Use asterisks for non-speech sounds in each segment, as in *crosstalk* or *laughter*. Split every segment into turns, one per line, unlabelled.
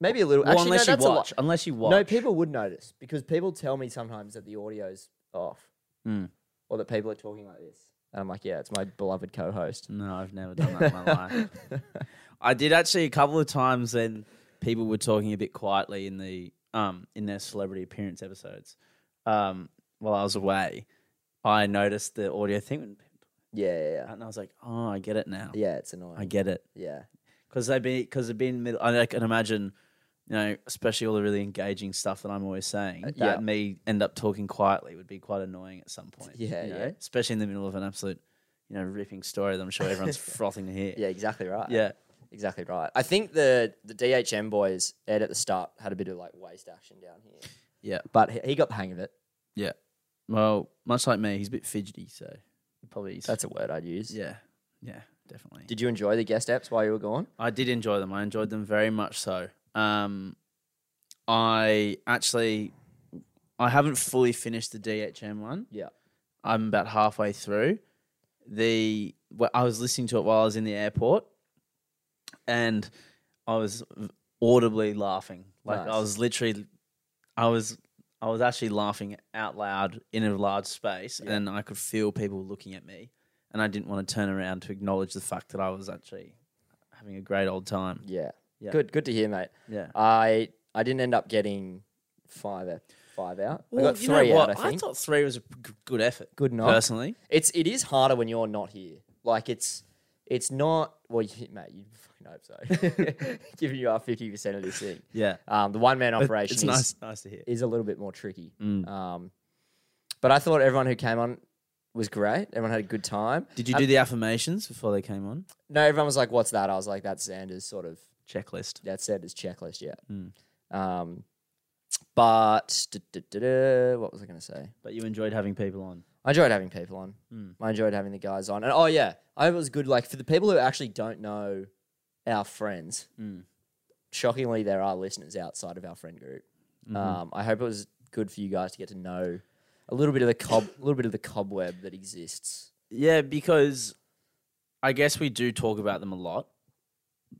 Maybe a little.
Well,
actually, no,
unless
that's
you
a lot.
watch, unless you watch.
No, people would notice because people tell me sometimes that the audio's off
Mm.
or that people are talking like this. And I'm like, yeah, it's my beloved co host.
No, I've never done that in my life. *laughs* I did actually a couple of times when people were talking a bit quietly in the um in their celebrity appearance episodes. Um, while I was away, I noticed the audio thing, and
Yeah, yeah, yeah.
I was like, "Oh, I get it now.
Yeah, it's annoying.
I get it."
yeah.
Because they've been because they've been middle. I can imagine, you know, especially all the really engaging stuff that I'm always saying.
Uh,
that
yeah.
me end up talking quietly would be quite annoying at some point.
Yeah,
you know,
yeah.
Especially in the middle of an absolute, you know, ripping story that I'm sure everyone's frothing to hear.
*laughs* Yeah, exactly right.
Yeah.
Exactly right. I think the the DHM boys, Ed at the start, had a bit of like waste action down here.
Yeah.
But he, he got the hang of it.
Yeah. Well, much like me, he's a bit fidgety, so probably.
That's a word I'd use.
yeah. Yeah, definitely.
Did you enjoy the guest apps while you were gone?
I did enjoy them. I enjoyed them very much so. Um, I actually, I haven't fully finished the DHM one.
Yeah.
I'm about halfway through. The well, I was listening to it while I was in the airport, and I was audibly laughing. Like
Nice.
I was literally, I was, I was actually laughing out loud in a large space,
Yeah.
and I could feel people looking at me, and I didn't want to turn around to acknowledge the fact that I was actually having a great old time.
Yeah.
Yeah.
Good good to hear, mate.
Yeah.
I I didn't end up getting five out, five out. I got
you know
three out, I
what?
think.
thought three was a g- good effort.
Good knock.
Personally,
It's it is harder when you're not here. Like it's it's not well, you, mate. You fucking hope so. *laughs* Given you are fifty percent of this thing,
yeah.
um, the one man
It-
operation
It's
is,
nice, nice to hear.
is a little bit more tricky.
Mm.
Um, but I thought everyone who came on was great. Everyone had a good time.
Did you do the affirmations before they came on?
No, everyone was like, "What's that?" I was like, "That's Sanders sort of
Checklist.
that's Sanders checklist." Yeah.
Mm.
Um, but duh, duh, duh, duh, what was I going to say?
But you enjoyed having people on.
I enjoyed having people on.
Mm.
I enjoyed having the guys on. And oh yeah, I was good. Like for the people who actually don't know our friends,
Mm.
shockingly there are listeners outside of our friend group.
Mm-hmm.
Um, I hope it was good for you guys to get to know a little bit of the cob, *laughs* a little bit of the cobweb that exists.
Yeah, because I guess we do talk about them a lot.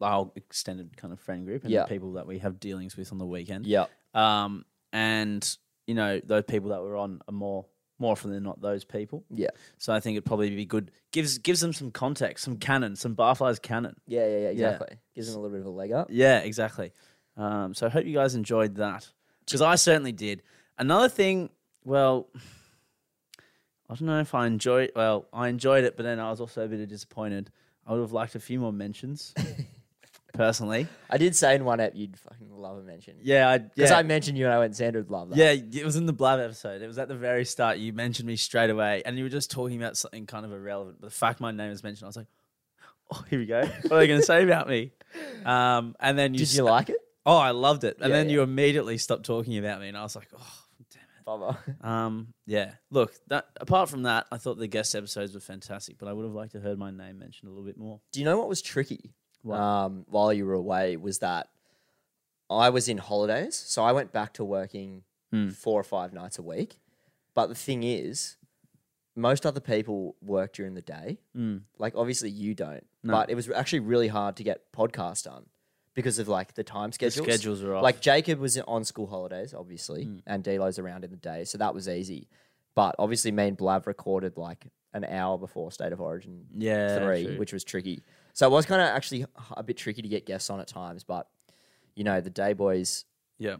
Our extended kind of friend group and
Yeah.
the people that we have dealings with on the weekend.
Yeah,
Um, and you know those people that were on are more more often than not those people.
yeah,
So I think it'd probably be good gives gives them some context, some canon, some barflies canon.
yeah, yeah, yeah. Exactly. Gives them a little bit of a leg up.
Yeah, exactly. Um, so I hope you guys enjoyed that because I certainly did. Another thing, well, I don't know if I enjoyed. Well, I enjoyed it, but then I was also a bit disappointed. I would have liked a few more mentions, personally.
I did say in one app you'd fucking love a mention
Yeah, I,
because
yeah,
I mentioned you and I went Sandra would love that.
yeah. It was in the Blab episode. It was at the very start. You mentioned me straight away, and you were just talking about something kind of irrelevant. But the fact my name was mentioned, I was like, "Oh, here we go. What are they going to say about me?" Um, and then you
Did you
s-
like
*laughs*
it?
Oh, I loved it. And
Yeah,
then
yeah.
you immediately stopped talking about me, and I was like, oh, damn it.
Bummer.
Um, yeah. Look, that apart from that, I thought the guest episodes were fantastic, but I would have liked to heard my name mentioned a little bit more.
Do you know what was tricky?
What?
Um, while you were away was that I was in holidays, so I went back to working
Hmm.
four or five nights a week. But the thing is, most other people work during the day.
Mm.
Like obviously you don't,
No.
but it was actually really hard to get podcasts done because of like the time
The
schedules.
schedules are Hmm. off.
Like Jacob was on school holidays, obviously, and Delo's around in the day, so that was easy. But obviously, me and Blav recorded like an hour before State of Origin
yeah,
three,
true.
which was tricky. So it was kind of actually h- a bit tricky to get guests on at times, but you know the day boys
yeah,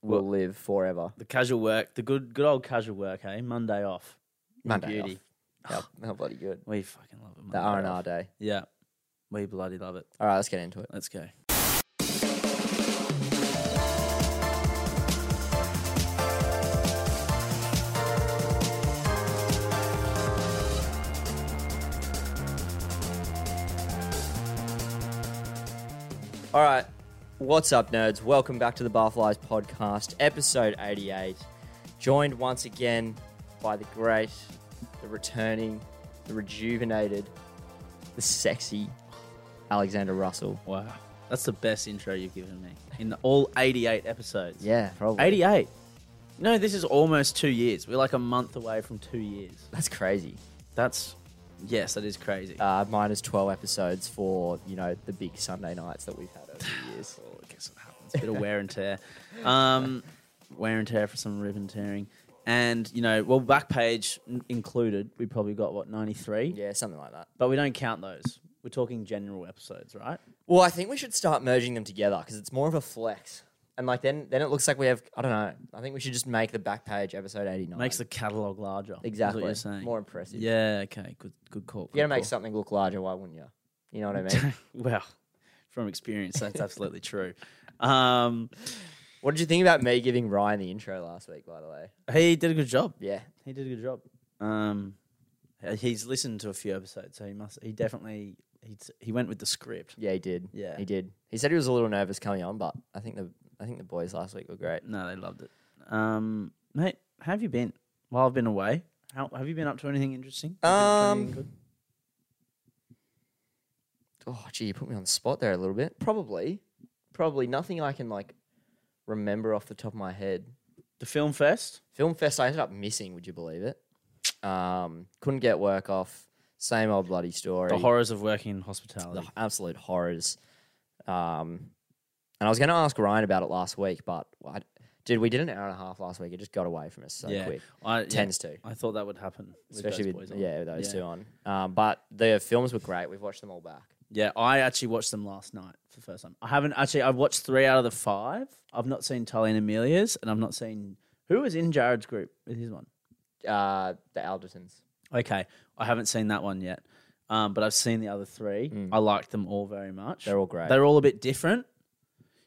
will live forever.
the casual work, the good, good old casual work. Hey, Monday off.
Monday
beauty. *sighs*
off. How, how bloody good
We fucking love it.
the
Monday
R and
off.
R day.
Yeah, we bloody love it.
All right, let's get into it.
Let's go.
All right, what's up, nerds? Welcome back to the Barflies podcast, episode eighty-eight. Joined once again by the great, the returning, the rejuvenated, the sexy Alexander Russell.
Wow, that's the best intro you've given me in the, all 88 episodes.
Yeah, probably
88. No, this is almost two years. We're like a month away from two years.
That's crazy.
That's, yes, that is crazy.
uh,
*sighs*
minus 12 episodes for you know the big sunday nights that we've had over the years
Oh, Well, I guess it happens. It's a bit of wear and tear. Um, wear and tear for some ribbon tearing. And, you know, well, Backpage n- included, we probably got, what, 93?
Yeah, something like that.
But we don't count those. We're talking general episodes, right?
Well, I think we should start merging them together because it's more of a flex. And like then, then it looks like we have. I don't know. I think we should just make the back page episode eighty nine.
Makes the catalogue larger. is
exactly
what you're saying.
more impressive. Yeah,
yeah, okay. Good good call.
you gotta
good
make
call.
something look larger. Why wouldn't you? You know what I
*laughs*
mean?
well, from experience, that's absolutely true. Um,
what did you think about me giving Ryan the intro last week? By the way,
he did a good job.
yeah,
He did a good job. Um, uh, he's listened to a few episodes, so he must. He definitely he he went with the script.
yeah, he did.
Yeah.
he did. He said he was a little nervous coming on, but I think the I think the boys last week were great.
No, they loved it. Um, mate, how have you been? While I've been away, how have you been up to anything interesting? Have you been up to anything good?
Oh, gee, you put me on the spot there a little bit. Probably, probably nothing I can like remember off the top of my head.
the film fest.
Film fest I ended up missing, would you believe it? Um, couldn't get work off. Same old bloody story.
The horrors of working in
The
hospitality.
h- absolute horrors. Um, and I was going to ask Ryan about it last week, but I, dude, we did an hour and a half last week. It just got away from us so
yeah,
quick.
I, yeah,
Tends to,
I thought that would happen, with those
especially
boys
with
on.
yeah with those
Yeah.
two on. Um, but the films were great. We've watched them all back.
Yeah, I actually watched them last night for the first time. I haven't actually. I've watched three out of the five. I've not seen Tully and Amelia's, and I've not seen who was in Jared's group with his one.
Uh, the Aldertons.
Okay, I haven't seen that one yet, um, but I've seen the other three. I liked them all very much.
Mm. They're all great.
They're all a bit different,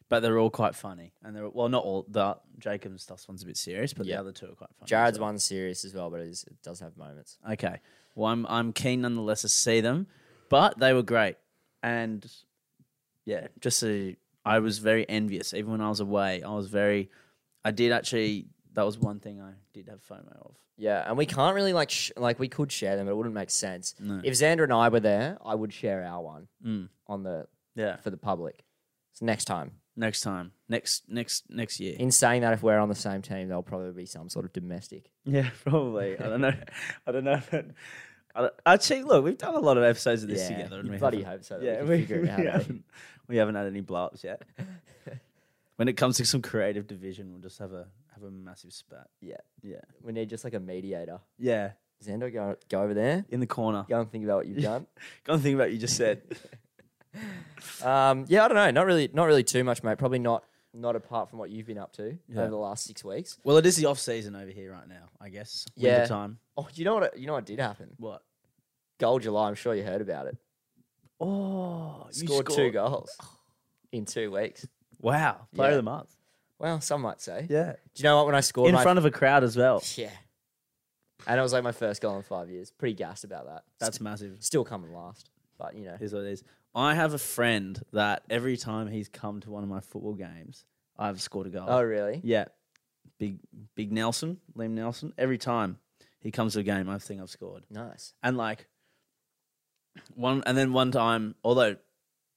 but they're all quite funny. And they're well, not all. The Jacob and stuff's one's a bit serious, but
Yeah.
the other two are quite funny.
Jared's
so-
one's serious as well, but it, is, it does have moments.
Okay. Well, I'm I'm keen nonetheless to see them, but they were great, and yeah, just a, I was very envious. Even when I was away, I was very. I did actually. That was one thing I did have FOMO of.
Yeah, and we can't really like sh- like we could share them, but it wouldn't make sense.
No.
If Xander and I were there, I would share our one
Mm.
on the
Yeah.
for the public. So next time.
Next time, next next next year.
In saying that, if we're on the same team, there'll probably be some sort of domestic.
*laughs* Yeah, probably. I don't know. I don't know. If it, I don't, actually, look, we've done a lot of episodes of this
yeah,
together, and
you
we
bloody
haven't-
hope so. That
Yeah,
we,
we,
can figure *laughs*
we
it out. eh?
haven't, we haven't had any blow ups yet. when it comes to some creative division, we'll just have a have a massive spat.
Yeah.
yeah,
We need just like a mediator.
yeah.
Xander, go go over there.
In the corner.
Go and think about what you've done.
Go and think about what you just said.
um, yeah, I don't know. Not really, not really too much, mate. Probably not, not apart from what you've been up to
Yeah.
over the last six weeks.
well, it is the off season over here right now. I guess.
Yeah.
Winter time.
Oh, you know what? You know what did happen?
What?
Goal July. I'm sure you heard about it.
Oh, you
Scored, two goals in two weeks.
Wow, player
Yeah.
of the month.
Well, some might say.
Yeah,
Do you know what? When I scored
in
my
front of a crowd as well.
Yeah. And it was like my first goal in five years. Pretty gassed about that.
That's massive.
still coming last, but you know.
Is what it is. I have a friend that every time he's come to one of my football games, I've scored a goal.
Oh, really?
Yeah, big big Nelson, Liam Nelson. Every time he comes to a game, I think I've scored.
Nice.
and like one and then one time although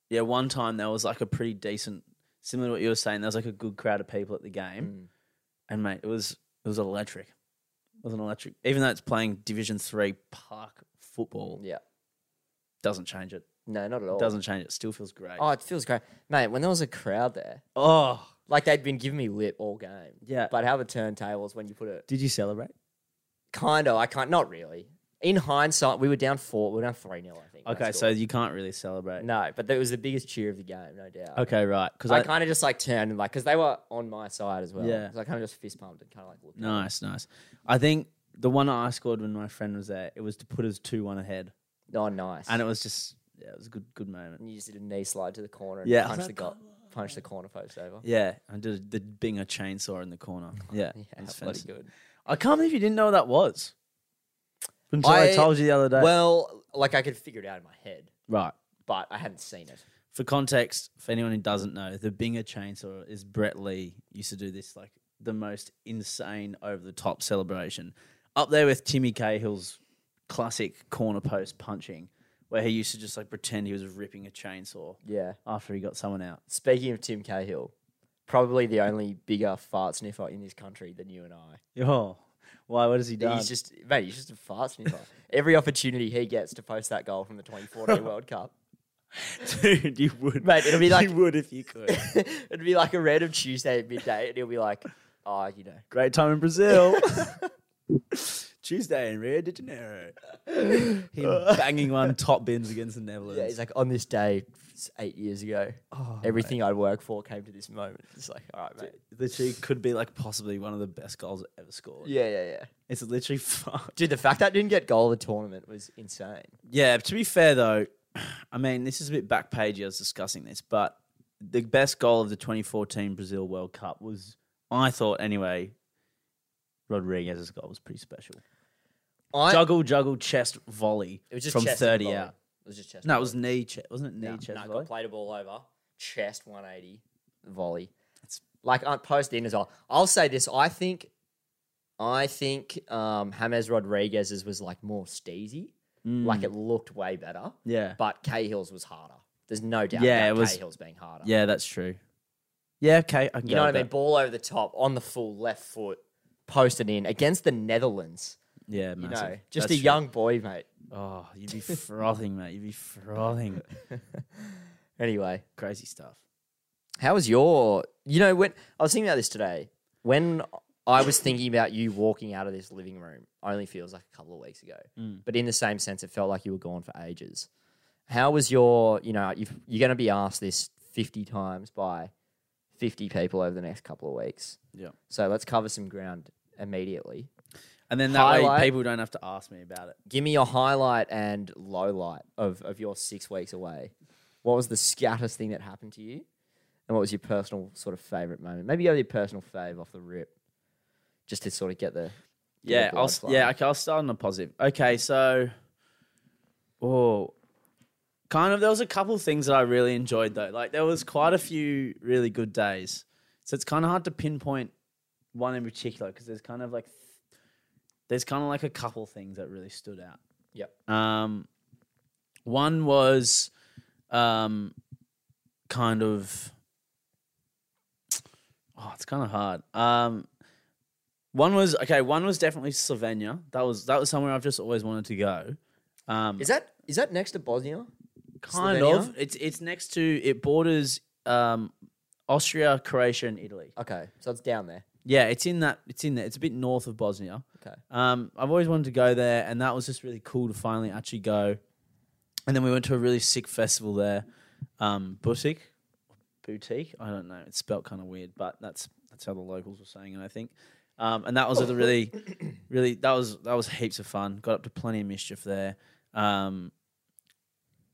yeah one time there was like a pretty decent similar to what you were saying there was like a good crowd of people at the game
Mm.
and mate it was it was electric it was an electric even though it's playing division 3 park football
Yeah.
doesn't change it
No, not at all.
doesn't change it still feels great
Oh, it feels great, mate. When there was a crowd there,
oh
like they'd been giving me lip all game.
yeah
But how the turntables when you put it,
did you celebrate
kind of. I can't. Not really. In hindsight, we were down four. We were down three 0 I think. when I
okay so
scored.
you can't really celebrate
no, but that was the biggest cheer of the game, no doubt.
okay right because
I, kind of just like turned and like because they were on my side as well.
Yeah.
So I kind of just fist pumped and kind of like looked. up.
nice nice i think the one i scored when my friend was there it was to put us 2-1 ahead
Oh, nice.
and it was just yeah, it was a good good moment.
and you just did a knee slide to the corner and
Yeah.
punch the
Like,
go- punch the corner post over.
Yeah, I did the being a chainsaw in the *laughs* corner. Yeah,
Yeah,
it was
bloody
fancy.
good.
I can't believe you didn't know what that was until I,
I-
told you the other day.
Well, like I could figure it out in my head,
right.
but I hadn't seen it.
For context, for anyone who doesn't know, the Binger chainsaw is Brett Lee used to do this like the most insane over the top celebration, up there with Timmy Cahill's classic corner post punching, where he used to just like pretend he was ripping a chainsaw
Yeah.
after he got someone out.
Speaking of Tim Cahill, probably the only bigger fart sniffer in this country than you and I.
Oh, why? What has he done?
He's just
*laughs*
mate, he's just a fart sniffer. Every opportunity he gets to post that goal from the 2014 World Cup,
Dude, you would.
Mate, it'll be like-
You would if you could.
*laughs* It'd be like a random Tuesday at midday, and he'll be like, "Oh, you know,
*laughs* Great time in *laughs* Brazil. Tuesday in Rio de Janeiro. Him banging one top bins against the Netherlands.
yeah." He's like, "On this day, s- eight years ago,
Oh,
everything I'd worked for came to this moment." It's like, all right, mate.
literally could be like possibly one of the best goals ever scored.
Yeah, yeah, yeah.
It's literally *laughs* fucked.
Dude, the fact that didn't get goal of the tournament was insane.
Yeah, to be fair though, I mean, this is a bit back pagey. I was discussing this, but the best goal of the 2014 Brazil World Cup was, I thought anyway, Rodriguez's goal was pretty special.
I,
juggle, juggle, chest volley
it was just
from
chest and
30
volley.
out.
It was just chest.
No,
and
it was knee chest, wasn't it? Knee
volley.
chest
no,
volley.
got played a ball over, chest 180, volley.
It's-
like uh, post in as well. I'll say this: I think, I think um, James Rodriguez's was like more steezy. Like it looked way better,
yeah,
but Cahill's was harder. There's no doubt.
Yeah,
about
it was-
Cahill's being harder.
yeah, that's true. Yeah, okay, I can
you
go
know
with
what I mean. Ball over the top on the full left foot, posted in against the Netherlands.
that. Yeah,
You
massive.
know, just
That's
a
true.
young boy, mate.
Oh, you'd be frothing, mate. You'd be frothing.
Anyway,
Crazy stuff.
How was your? You know, when I was thinking about this today, when I was thinking about you walking out of this living room, only feels like a couple of weeks ago,
Mm.
but in the same sense, it felt like you were gone for ages. How was your? You know, you've, you're going to be asked this fifty times by fifty people over the next couple of weeks.
Yeah.
So let's cover some ground immediately.
And then that
Highlight.
way people don't have to ask me about it.
Give me your highlight and low light of of your six weeks away. What was the scattest thing that happened to you? And what was your personal sort of favorite moment? Maybe go with your personal fave off the rip, just to sort of get the get
Yeah,
the
I'll
blood
s-
flowing.
yeah, okay, I'll start on a positive. Okay, so oh kind of there was a couple of things that I really enjoyed though. Like there was quite a few really good days. So it's kind of hard to pinpoint one in particular because there's kind of like th- there's kind of like a couple things that really stood out.
Yep.
Um one was um kind of oh, it's kind of hard. Um one was okay. One was definitely Slovenia. That was that was somewhere I've just always wanted to go. Um,
Is that is that next to Bosnia?
kind
Slovenia?
of. It's it's next to it borders um, Austria, Croatia, and Italy.
Okay, so it's down there.
Yeah, it's in that. It's in there. It's a bit north of Bosnia.
Okay.
Um, I've always wanted to go there, and that was just really cool to finally actually go. And then we went to a really sick festival there, um, boutique, boutique. I don't know. It's spelt kind of weird, but that's that's how the locals were saying it. I think. Um, and that was a really, really that was that was heaps of fun. Got up to plenty of mischief there. Um,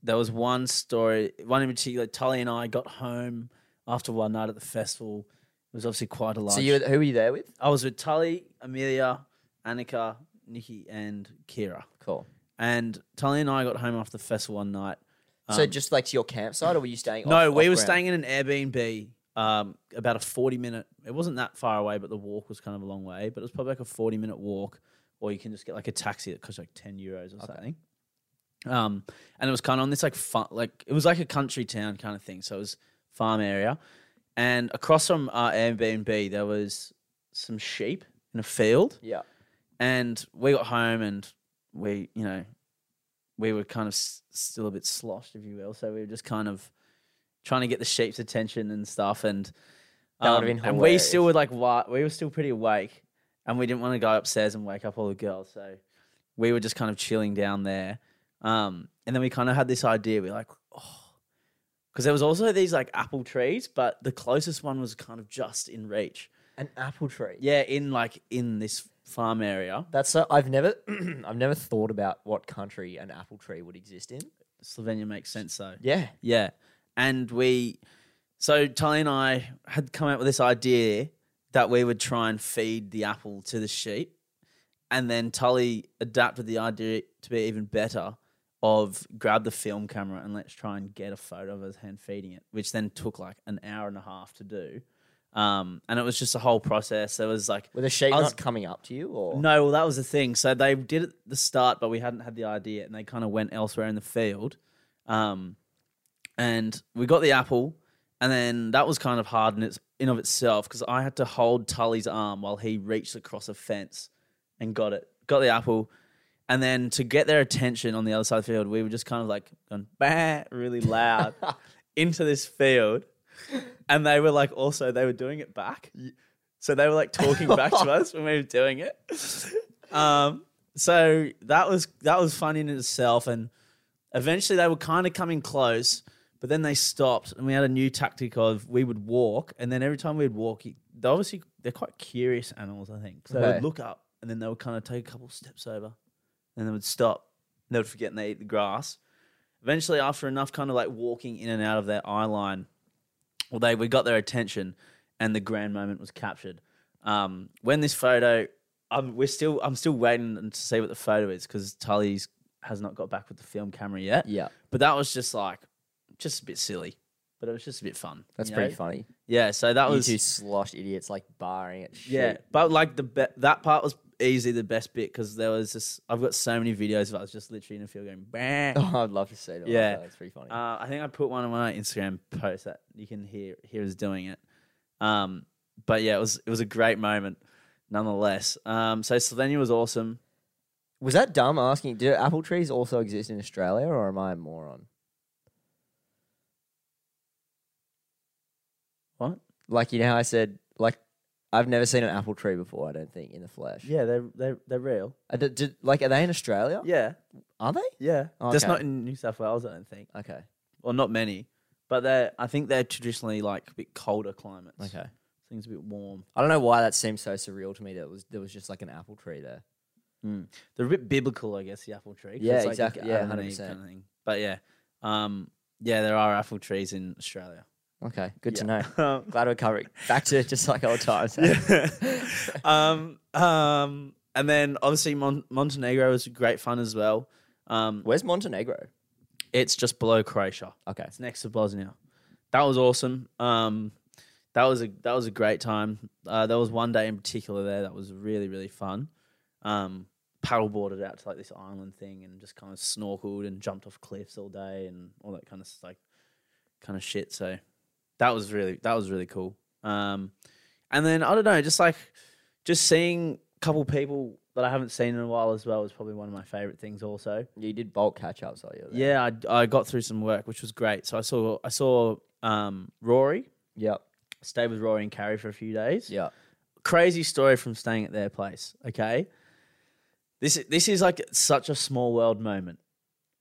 there was one story, one in particular. Tully and I got home after one night at the festival. It was obviously quite a large.
So you who were you there with?
I was with Tully, Amelia, Annika, Nikki, and Kira.
Cool.
And Tully and I got home after the festival one night.
so
Um,
just like to your campsite, or were you staying?
no,
off-
we
off
were
ground?
staying in an Airbnb. Um, about a forty-minute. It wasn't that far away, but the walk was kind of a long way. But it was probably like a forty-minute walk, or you can just get like a taxi that costs like ten euros or something. Um, and it was kind of on this like fun, like it was like a country town kind of thing. So it was farm area, and across from our Airbnb there was some sheep in a field,
Yeah.
and we got home and we you know we were kind of s- still a bit sloshed if you will so we were just kind of trying to get the sheep's attention and stuff and um,
That would've been
and we
hilarious.
still were like wa- we were still pretty awake and we didn't want to go upstairs and wake up all the girls so we were just kind of chilling down there um and then we kind of had this idea we are like oh because there was also these like apple trees but the closest one was kind of just in reach
An apple tree.
yeah in like in this farm area
That's so. I've never, *clears throat* I've never thought about what country an apple tree would exist in.
Slovenia makes sense though.
Yeah.
Yeah. And we so Tully and I had come up with this idea that we would try and feed the apple to the sheep. And then Tully adapted the idea to be even better of grab the film camera and let's try and get a photo of us hand feeding it, which then took like an hour and a half to do. Um, and it was just a whole process. There was like
Were the sheep
I was-
not coming up to you, or
no, well, that was the thing. So they did it at the start, but we hadn't had the idea, and they kind of went elsewhere in the field. Um, and we got the apple, and then that was kind of hard in its in of itself because I had to hold Tully's arm while he reached across a fence and got it, got the apple, And then to get their attention on the other side of the field, we were just kind of like going bah really loud into this field. And they were like also they were doing it back. So they were like talking back to us when we were doing it. Um so that was that was fun in itself and eventually they were kind of coming close, but then they stopped, and we had a new tactic of we would walk, and then every time we'd walk, you- they obviously they're quite curious animals, I think. So they
Okay.
would look up, and then they would kind of take a couple steps over, and they would stop, and they would forget, and they eat the grass. Eventually, after enough kind of like walking in and out of their eye line, well, they we got their attention, and the grand moment was captured. Um, when this photo, I'm we're still I'm still waiting to see what the photo is because Tully's has not got back with the film camera yet.
Yeah,
But that was just like, just a bit silly, but it was just a bit fun.
that's
you know?
pretty funny.
Yeah. So that
You
was
two sloshed idiots like barring it.
yeah, but like the be- that part was easy the best bit because there was just I've got so many videos of us just literally in a field going bang.
*laughs* Oh, I'd love to see that.
Yeah.
that's pretty funny.
Uh, I think I put one on my Instagram post that you can hear hear us doing it. Um, but yeah, it was it was a great moment, nonetheless. Um, so Slovenia was awesome.
Was that dumb asking? Do apple trees also exist in Australia, or am I a moron?
What?
Like you know, how I said like I've never seen an apple tree before. I don't think in the flesh.
Yeah, they're they're they're real.
I d- did- like, are they in Australia?
Yeah,
Are they?
yeah. Just
Okay.
not in New South Wales, I don't think.
Okay.
Well, not many, but they're I think they're traditionally like a bit colder climates.
Okay.
Things a bit warm.
I don't know why that seems so surreal to me. That it was there was just like an apple tree there.
They're a bit biblical, I guess, the apple tree. 'cause
Yeah,
it's like
exactly.
Adam
Yeah,
and Eve
100%.
Kind of thing. But yeah, um, yeah, there are apple trees in Australia.
Okay, good to know. *laughs*
Yeah. *laughs* Um,
Glad we're covering. Back to just like old times. eh?
yeah. *laughs* um, um, and then obviously Mon- Montenegro was great fun as well. Um,
*laughs* Where's Montenegro?
it's just below Croatia.
Okay.
It's next to Bosnia. That was awesome. Um, that was a that was a great time. Uh, there was one day in particular there that was really really fun. Um, paddleboarded out to like this island thing and just kind of snorkeled and jumped off cliffs all day and all that kind of s- like kind of shit. So that was really that was really cool. Um, and then I don't know, just like just seeing a couple people that I haven't seen in a while as well was probably one of my favorite things. Also,
You did bulk catch ups, are you? there?
yeah, I, I got through some work, which was great. So I saw I saw um, Rory.
Yep.
Stayed with Rory and Carrie for a few days.
Yep.
Crazy story from staying at their place. Okay, this i- this is like such a small world moment.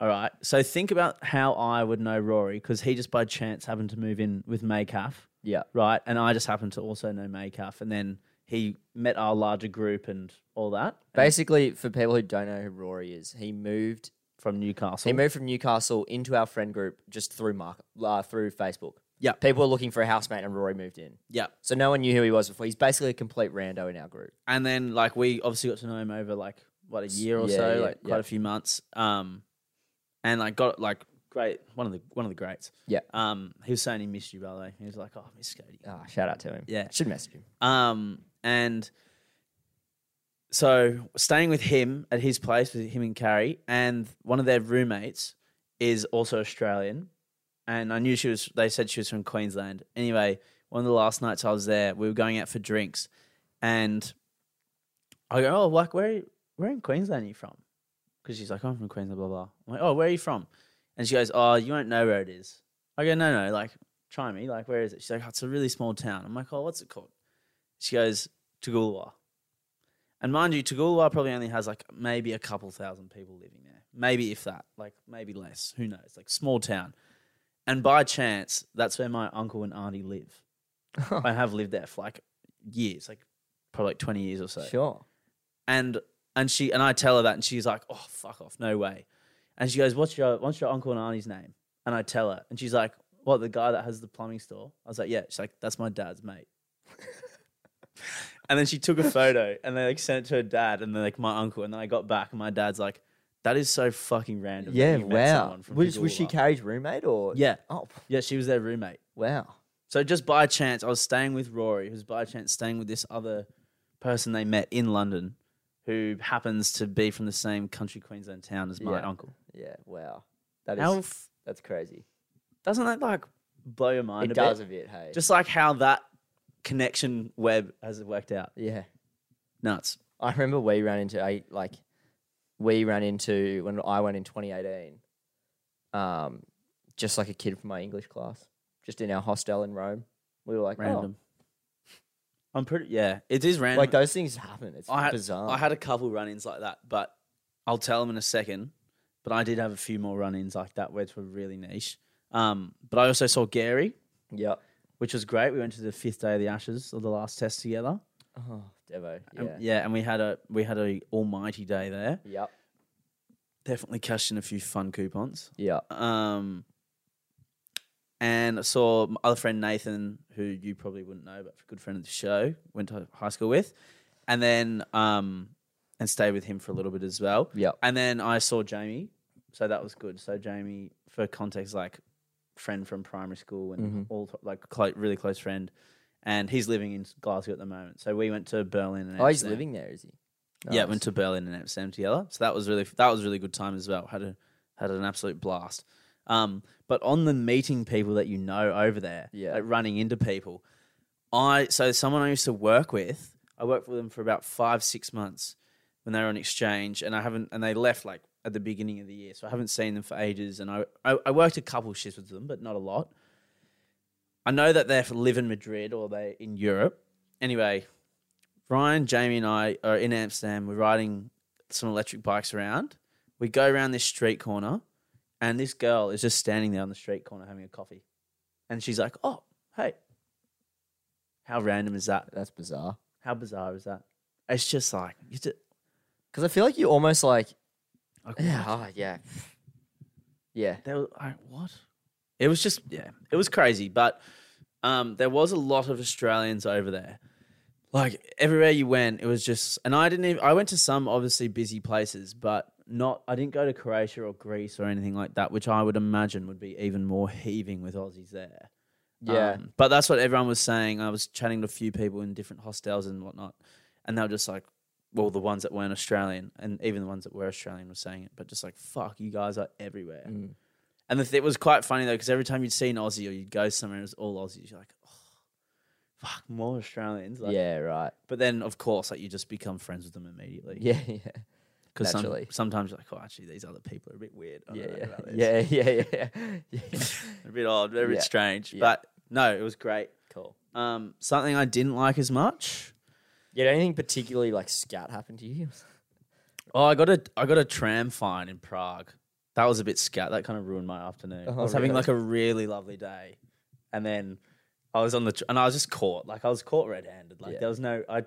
All right, so think about how I would know Rory because he just by chance happened to move in with Maycalf,
Yep.
right? And I just happened to also know Maycalf, and then he met our larger group and all that and
Basically, for people who don't know who Rory is, he moved.
from Newcastle.
He moved from Newcastle into our friend group just through mark uh, through Facebook.
Yeah.
People were looking for a housemate, and Rory moved in.
yeah,
So no one knew who he was before. He's basically a complete rando in our group.
and then like we obviously got to know him over like what a year or
yeah,
so,
yeah,
like quite
yeah.
a few months. Um, and like got like great one of the one of the greats.
Yeah.
Um, he was saying he missed you by the way. He was like, "Oh, I miss Cody."
Ah, shout out to him.
Yeah.
Should message him.
Um, and so staying with him at his place with him and Carrie, and one of their roommates is also Australian, and I knew she was. They said she was from Queensland. Anyway, one of the last nights I was there, we were going out for drinks, and I go, "Oh, like where? Where in Queensland are you from?" Because she's like, "I'm from Queensland." Blah blah. I'm like, "Oh, where are you from?" And she goes, "Oh, you won't know where it is." I go, "No, no, like try me. Like where is it?" She's like, oh, "It's a really small town." I'm like, "Oh, what's it called?" She goes, Tugulwa. And mind you, Tugulwa probably only has like maybe a couple thousand people living there. Maybe if that, like maybe less. Who knows? Like small town. And by chance, that's where my uncle and auntie live. I have lived there for like years, like probably like 20 years or so
Sure.
and and she and I tell her that, and she's like, "Oh, fuck off, no way." And she goes, "What's your what's your uncle and auntie's name?" And I tell her, and she's like, "What the guy that has the plumbing store?" I was like, "Yeah." She's like, "That's my
*laughs*
dad's mate." and then she took a photo, and they like sent it to her dad, and then like my uncle, and then I got back, and my dad's like, "That is so fucking random." that
Yeah.
you met
Wow.
someone from
Was, was she
Toowoomba."
Carrie's roommate or?
yeah,
Oh.
yeah, she was their roommate.
Wow.
So just by chance, I was staying with Rory, who's by chance staying with this other person they met in London, who happens to be from the same country Queensland town as my
Yeah.
uncle.
Yeah. Wow. That is.
How f-
that's crazy.
doesn't that like blow your mind?
It
a
does
Bit?
a bit. Hey.
Just like how that connection web has worked out.
Yeah.
Nuts.
I remember we ran into I like we ran into when I went in 2018, um, just like a kid from my English class, just in our hostel in Rome. We were like, random.
Random. I'm pretty. Yeah, it is random.
Like those things happen. It's
I had,
bizarre.
I had a couple run-ins like that, but I'll tell them in a second. But I did have a few more run-ins like that, which were really niche. Um, but I also saw Gary,
yep.
which was great. We went to the fifth day of the Ashes of the last test together.
Oh, Devo. Yeah.
And- yeah, and we had a we had a almighty day there.
Yep.
Definitely cashed in a few fun coupons.
Yep.
Um, and I saw my other friend Nathan, who you probably wouldn't know, but a good friend of the show, went to high school with, and then um, and stayed with him for a little bit as well.
Yep.
And then I saw Jamie, so that was good. So Jamie, for context, like friend from primary school
Mhm.
and all like clo- really close friend, and he's living in Glasgow at the moment. So we went to Berlin. And
Oh, he's
Amsterdam.
living there, is he?
Yeah,
Nice.
went to Berlin and Amsterdam together. So that was really that was a really good time as well. Had a had an absolute blast. Um, but on the meeting people that you know over there,
Yeah.
like running into people, I so someone I used to work with, I worked with them for about five six months when they were on exchange, and I haven't and they left like at the beginning of the year, so I haven't seen them for ages. And I I, I worked a couple shifts with them, but not a lot. I know that they live in Madrid or they in Europe. Anyway, Ryan, Jamie, and I are in Amsterdam. We're riding some electric bikes around. We go around this street corner, and this girl is just standing there on the street corner having a coffee. And she's like, Oh, hey. How random is that?
That's bizarre.
How bizarre is that? It's just like, you just,
Because I feel like you almost like,
like
yeah,
what?
oh, yeah. Yeah.
There was, I, what? It was just, yeah, it was crazy. But um, there was a lot of Australians over there. Like everywhere you went, it was just, and I didn't even, I went to some obviously busy places, but not, I didn't go to Croatia or Greece or anything like that, which I would imagine would be even more heaving with Aussies there.
Yeah.
Um, but that's what everyone was saying. I was chatting to a few people in different hostels and whatnot, and they were just like, well, the ones that weren't Australian, and even the ones that were Australian were saying it, but just like, fuck, you guys are everywhere.
Mm.
And the th- it was quite funny though, because every time you'd see an Aussie or you'd go somewhere, and it was all Aussies. You're like, oh, fuck, more Australians. Like,
yeah, right. *laughs*
But then, of course, like you just become friends with them immediately.
Yeah, yeah.
Because
naturally.
sometimes you're like, oh, actually, these other people are a bit weird. I don't
Yeah,
know
yeah. *laughs*
about this.
yeah, yeah, yeah, *laughs* yeah.
They're a bit odd. They're a bit
Yeah,
strange.
yeah.
But no, it was great.
Cool.
Um, something I didn't like as much.
Yeah, did anything particularly like scat happened to you? *laughs*
Oh, I got a I got a tram fine in Prague. That was a bit scat. That kind of ruined my afternoon. I
Oh,
was having
really?
like a really lovely day, and then I was on the tr- and I was just caught. Like I was caught red handed. Like
Yeah.
there was no I,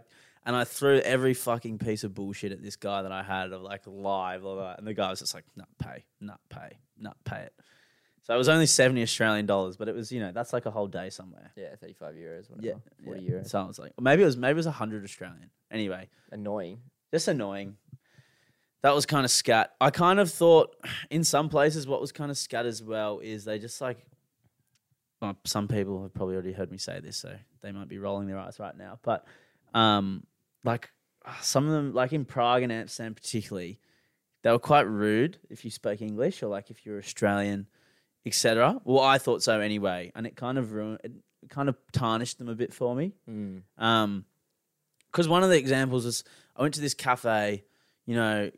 and I threw every fucking piece of bullshit at this guy that I had of like live, blah, blah, blah. and the guy was just like, "Not pay, not pay, not pay it." So it was only seventy Australian dollars, but it was you know that's like a whole day somewhere.
Yeah, 35 euros,
Yeah,
whatever. 40
yeah.
euros.
So I was like, maybe it was maybe it was hundred Australian. Anyway,
Annoying.
just annoying. That was kind of scat. I kind of thought in some places what was kind of scat as well is they just like well, some people have probably already heard me say this, so they might be rolling their eyes right now. But um, like ah, some of them, like in Prague and Amsterdam particularly, they were quite rude if you spoke English or like if you're Australian, etc. Well, I thought so anyway, and it kind of ruined, it kind of tarnished them a bit for me.
Mm.
Um, because one of the examples is I went to this cafe, you know,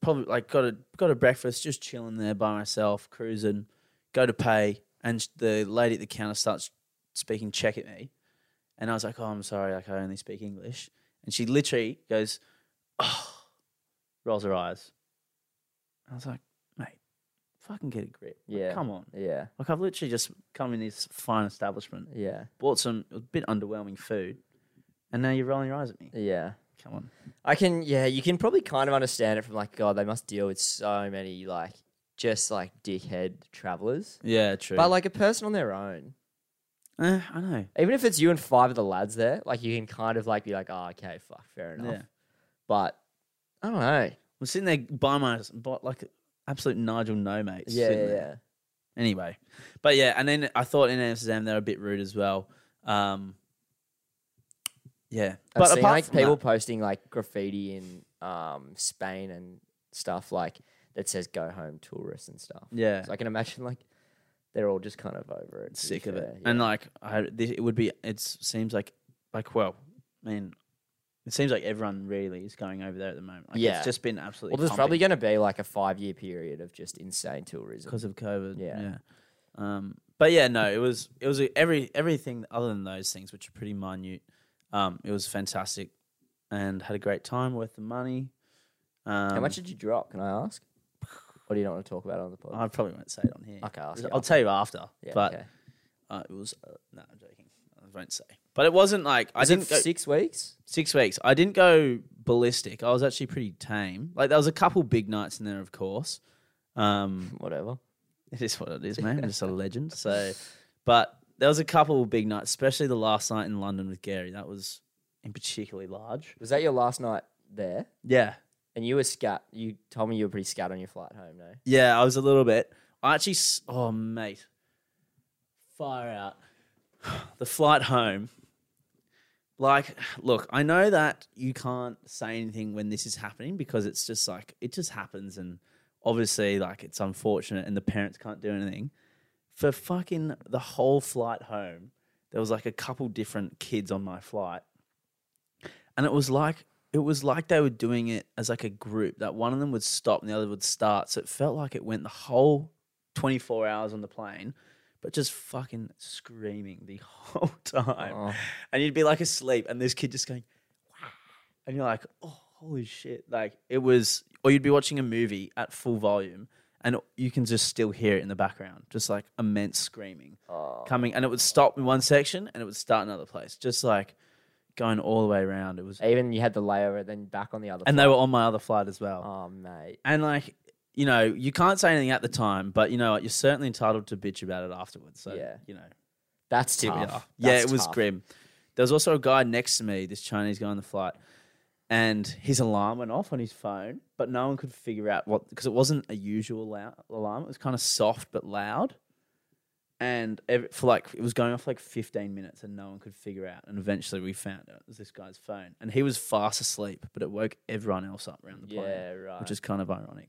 probably like got a got a breakfast, just chilling there by myself, cruising, go to pay, and sh- the lady at the counter starts speaking Czech at me, and I was like, oh, I'm sorry, like I only speak English, and she literally goes, oh, rolls her eyes. I was like, mate, fucking get a grip, Like,
Yeah.
come on,
Yeah,
like I've literally just come in this fine establishment
yeah,
bought some a bit underwhelming food, and now you're rolling your eyes at me.
yeah.
Come on.
I can, yeah, you can probably kind of understand it from like, God, they must deal with so many like just like dickhead travelers.
Yeah, true.
But like a person on their own,
Eh, I know.
even if it's you and five of the lads there, like you can kind of like be like, oh, okay, fuck, fair enough.
Yeah.
But I don't know.
I'm sitting there by my by, like absolute Nigel no mates.
Yeah,
sitting
yeah,
there.
yeah.
Anyway, but yeah, and then I thought in Amsterdam they were a bit rude as well. Um, yeah,
I've
but
seen
apart
like
from
people
that,
posting like graffiti in um, Spain and stuff like that says "Go home, tourists" and stuff.
yeah,
So I can imagine like they're all just kind of over it, to be
sick of it.
fair,
And
yeah.
like, I, this, it would be. It seems like, like, well, I mean, It seems like everyone really is going over there at the moment. Like
Yeah.
it's just been absolutely.
Well, there's probably going to be like a five year period of just insane tourism.
because of COVID.
Yeah.
yeah. Um, but yeah, no, it was it was a- every everything other than those things, which are pretty minute. Um, it was fantastic, and had a great time worth the money. Um,
How much did you drop? Can I ask? Or do you not want to talk about it on the pod?
I probably won't say it on here.
Okay, I'll ask you
I'll
after.
tell you after.
yeah,
but
okay.
uh, it was uh, no, I'm joking. I won't say. But it wasn't like I
Was
didn't
it
go, six?
six
*laughs*
weeks?
weeks. I didn't go ballistic. I was actually pretty tame. Like there was a couple big nights in there, of course. Um,
Whatever.
*laughs* it is what it is, man. I'm just a legend. So, but there was a couple big nights, especially the last night in London with Gary. That was in particularly large.
Was that your last night there?
Yeah,
And you were scat. You told me you were pretty scat on your flight home, no?
yeah. I was a little bit. I actually. s- Oh, mate. Far out. *sighs* The flight home. Like, look, I know that you can't say anything when this is happening because it's just like it just happens, and obviously, like it's unfortunate, and the parents can't do anything. For fucking the whole flight home, there was like a couple different kids on my flight, and it was like it was like they were doing it as like a group. That one of them would stop and the other would start, so it felt like it went the whole twenty four hours on the plane, but just fucking screaming the *laughs* whole time
Oh,
and you'd be like asleep, and this kid just going, "Wah," and you're like, oh, holy shit! Like it was, or you'd be watching a movie at full volume, and you can just still hear it in the background, just like immense screaming
oh.
coming, and it would stop in one section and it would start another place, just like going all the way around. It was,
Even you had the layover, then back on the other
and
flight.
they were on my other flight as well,
Oh, mate.
and like. You know, you can't say anything at the time, but you know what? You're certainly entitled to bitch about it afterwards. So,
Yeah.
you know,
That's
Here
tough.
we are. Yeah,
oh, That's
it was
tough.
grim. There was also a guy next to me, this Chinese guy on the flight, and his alarm went off on his phone, but no one could figure out what because it wasn't a usual lou- alarm. It was kind of soft but loud, and ev for like it was going off for like fifteen minutes, and no one could figure out. And eventually, we found out it was this guy's phone, and he was fast asleep, but it woke everyone else up around the plane,
Yeah, right.
which is kind of ironic.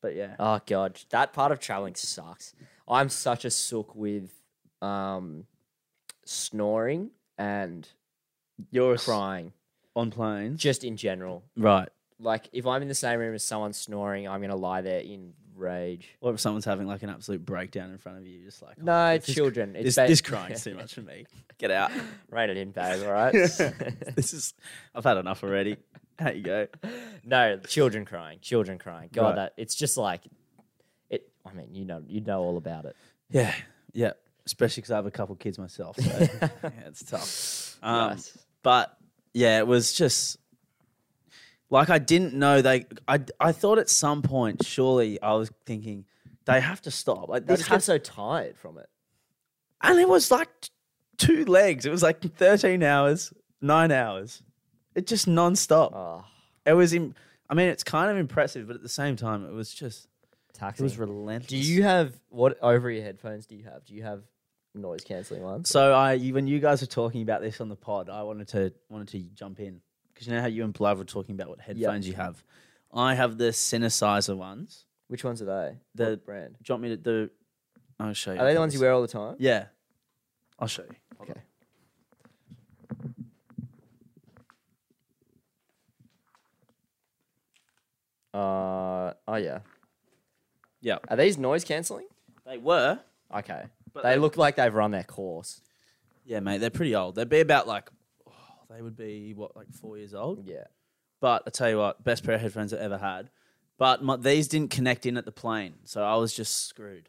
But yeah,
Oh god, that part of traveling sucks. I'm such a sook with um, snoring and
you're a s-
crying,
on planes,
just in general.
right?
Like if I'm in the same room as someone snoring, I'm gonna lie there in rage.
Or if someone's having like an absolute breakdown in front of you, you're just like, oh,
No,
this
it's
is-
children. It's
This,
ba- *laughs*
this *laughs* crying's too much for me. Get out.
Rated in babe, all right. *laughs*
*laughs* this is. I've had enough already. There you go.
no, children crying, children crying. God,
Right.
that it's just like it. I mean, you know, you know all about it.
Yeah, yeah. Especially because I have a couple kids myself, *laughs* so yeah, it's tough. Um,
Nice.
But yeah, it was just like I didn't know they. I I thought at some point, surely I was thinking they have to stop. Like
They
this
just get
has-
so tired from it.
and it was like t- two legs. It was like thirteen hours, nine hours. It just non-stop.
Oh,
It was. Im- I mean, it's kind of impressive, but at the same time, it was just. It
taxing.
was relentless.
Do you have what over your headphones? Do you have? Do you have noise cancelling ones?
So I, you- when you guys were talking about this on the pod, I wanted to wanted to jump in because you know how you and Blood were talking about what headphones you have. I have the Synthesizer ones.
Which ones are they?
The-
What brand.
Do you want me to do? I'll show you.
Are they the ones you wear all the time?
Yeah, I'll show you. Hold
Okay. Uh oh yeah.
Yeah.
Are these noise cancelling?
on. They were.
Okay.
But
they
they-
look like they've run their course.
Yeah, mate. They're pretty old. They'd be about like. Oh, they would be what like four years old.
Yeah.
But I tell you what, best pair of headphones I've ever had. But my, these didn't connect in at the plane, so I was just screwed.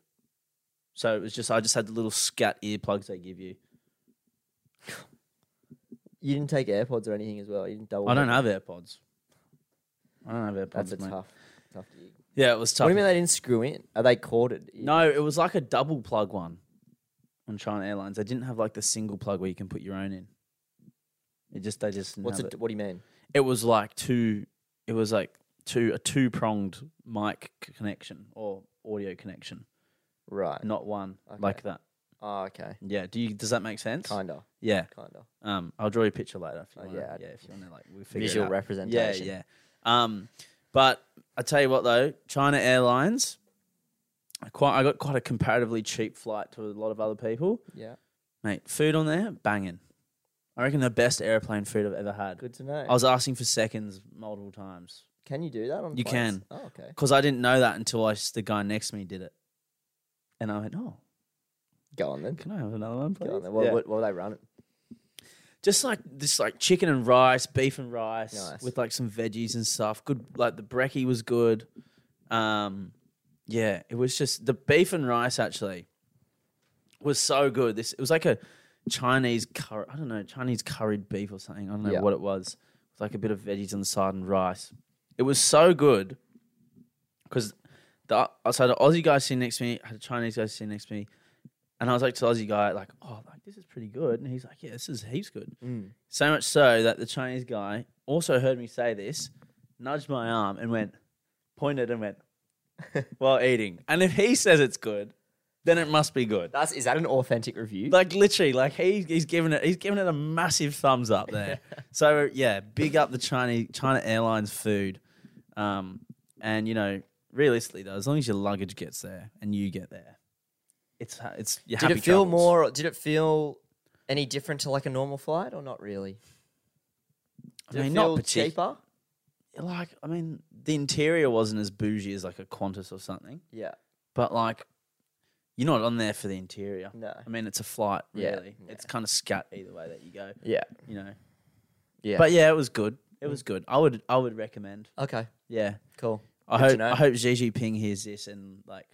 So it was just I just had the little scat earplugs they give you.
You didn't take AirPods or anything as well. You didn't double.
I don't have AirPods. I don't have AirPods.
That's a
mate.
tough, tough gig.
Yeah, it was tough.
What do you mean they didn't screw in? Are they corded?
No, it was like a double plug one on China Airlines. They didn't have like the single plug where you can put your own in. It just they just didn't
What's
have
it?
it.
What do you mean?
it was like two. It was like two a two pronged mic c- connection or audio connection,
Right.
not one
Okay.
like that.
Oh, okay.
Yeah. Do you? Does that make sense?
Kinda.
Yeah.
Kinda.
Um, I'll draw you a picture later if you
Oh,
want.
yeah.
Yeah. Yeah. If you want to like we figure it
Visual
out.
representation.
Yeah, yeah. Um, but I tell you what though, China Airlines, I quite I got quite a comparatively cheap flight to a lot of other people.
Yeah.
Mate, food on there, banging. I reckon the best airplane food I've ever had.
Good to know.
I was asking for seconds multiple times
can you do that on
You
planes?
can.
Oh, okay.
because I didn't know that until I s- the guy next to me did it, and I went, "Oh,
Go on then.
can I have another one, please?"
Go on then. What,
Yeah.
what, what were they running?
Just like just like chicken and rice, beef and rice
Nice.
with like some veggies and stuff. Good, like the brekkie was good. Um, yeah, it was just the beef and rice actually was so good. This it was like a Chinese curry. I don't know Chinese curried beef or something. I don't know
Yeah.
what it was. With like a bit of veggies on the side and rice. It was so good because the so the Aussie guy sitting next to me had a Chinese guy sitting next to me, and I was like to the Aussie guy like, oh, like this is pretty good, and he's like, yeah, this is heaps good.
Mm.
So much so that the Chinese guy also heard me say this, nudged my arm and went, pointed and
*laughs*
went, while eating. And if he says it's good, then it must be good.
That's is that an authentic review?
Like literally, like he, he's giving it, he's giving it a massive thumbs up
*laughs*
there. so yeah, big up the Chinese China Airlines food, um, and you know, realistically though, as long as your luggage gets there and you get there, it's ha- it's you
did it feel more? Did it feel any different to like a normal flight or not really?
I
Did
mean,
it
not
feel
particularly.
cheaper.
like I mean, the interior wasn't as bougie as like a Qantas or something,
Yeah.
but like you're not on there for the interior.
No.
I mean, it's a flight,
Yeah,
really.
yeah.
It's kind of scat either way that you go,
Yeah.
you know.
Yeah. Mm.
But yeah, it was good. It was good. I would I would recommend.
okay.
Yeah.
Cool.
I
Good to
hope
know.
I hope Xi Jinping hears this and like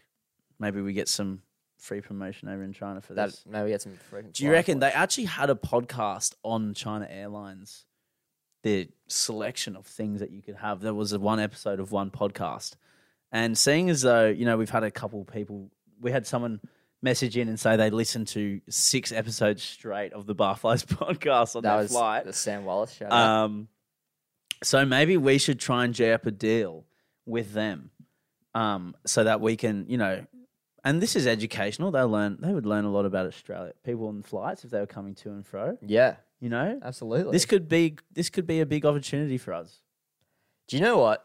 maybe we get some free promotion over in China for
That
this.
maybe we get some. freaking
Do you
flight
reckon
points.
they actually had a podcast on China Airlines? Their selection of things that you could have. There was a one episode of one podcast, and seeing as though you know we've had a couple people, we had someone message in and say they listened to six episodes straight of the Barflies *laughs* podcast on
that Uh,
their
was
flight.
the Sam Wallace shout out.
Um, so maybe we should try and jay up a deal with them, um, so that we can, you know, and this is educational. They will learn, they would learn a lot about Australia. People on flights if they were coming to and fro,
Yeah,
you know,
absolutely.
this could be this could be a big opportunity for us.
Do you know what?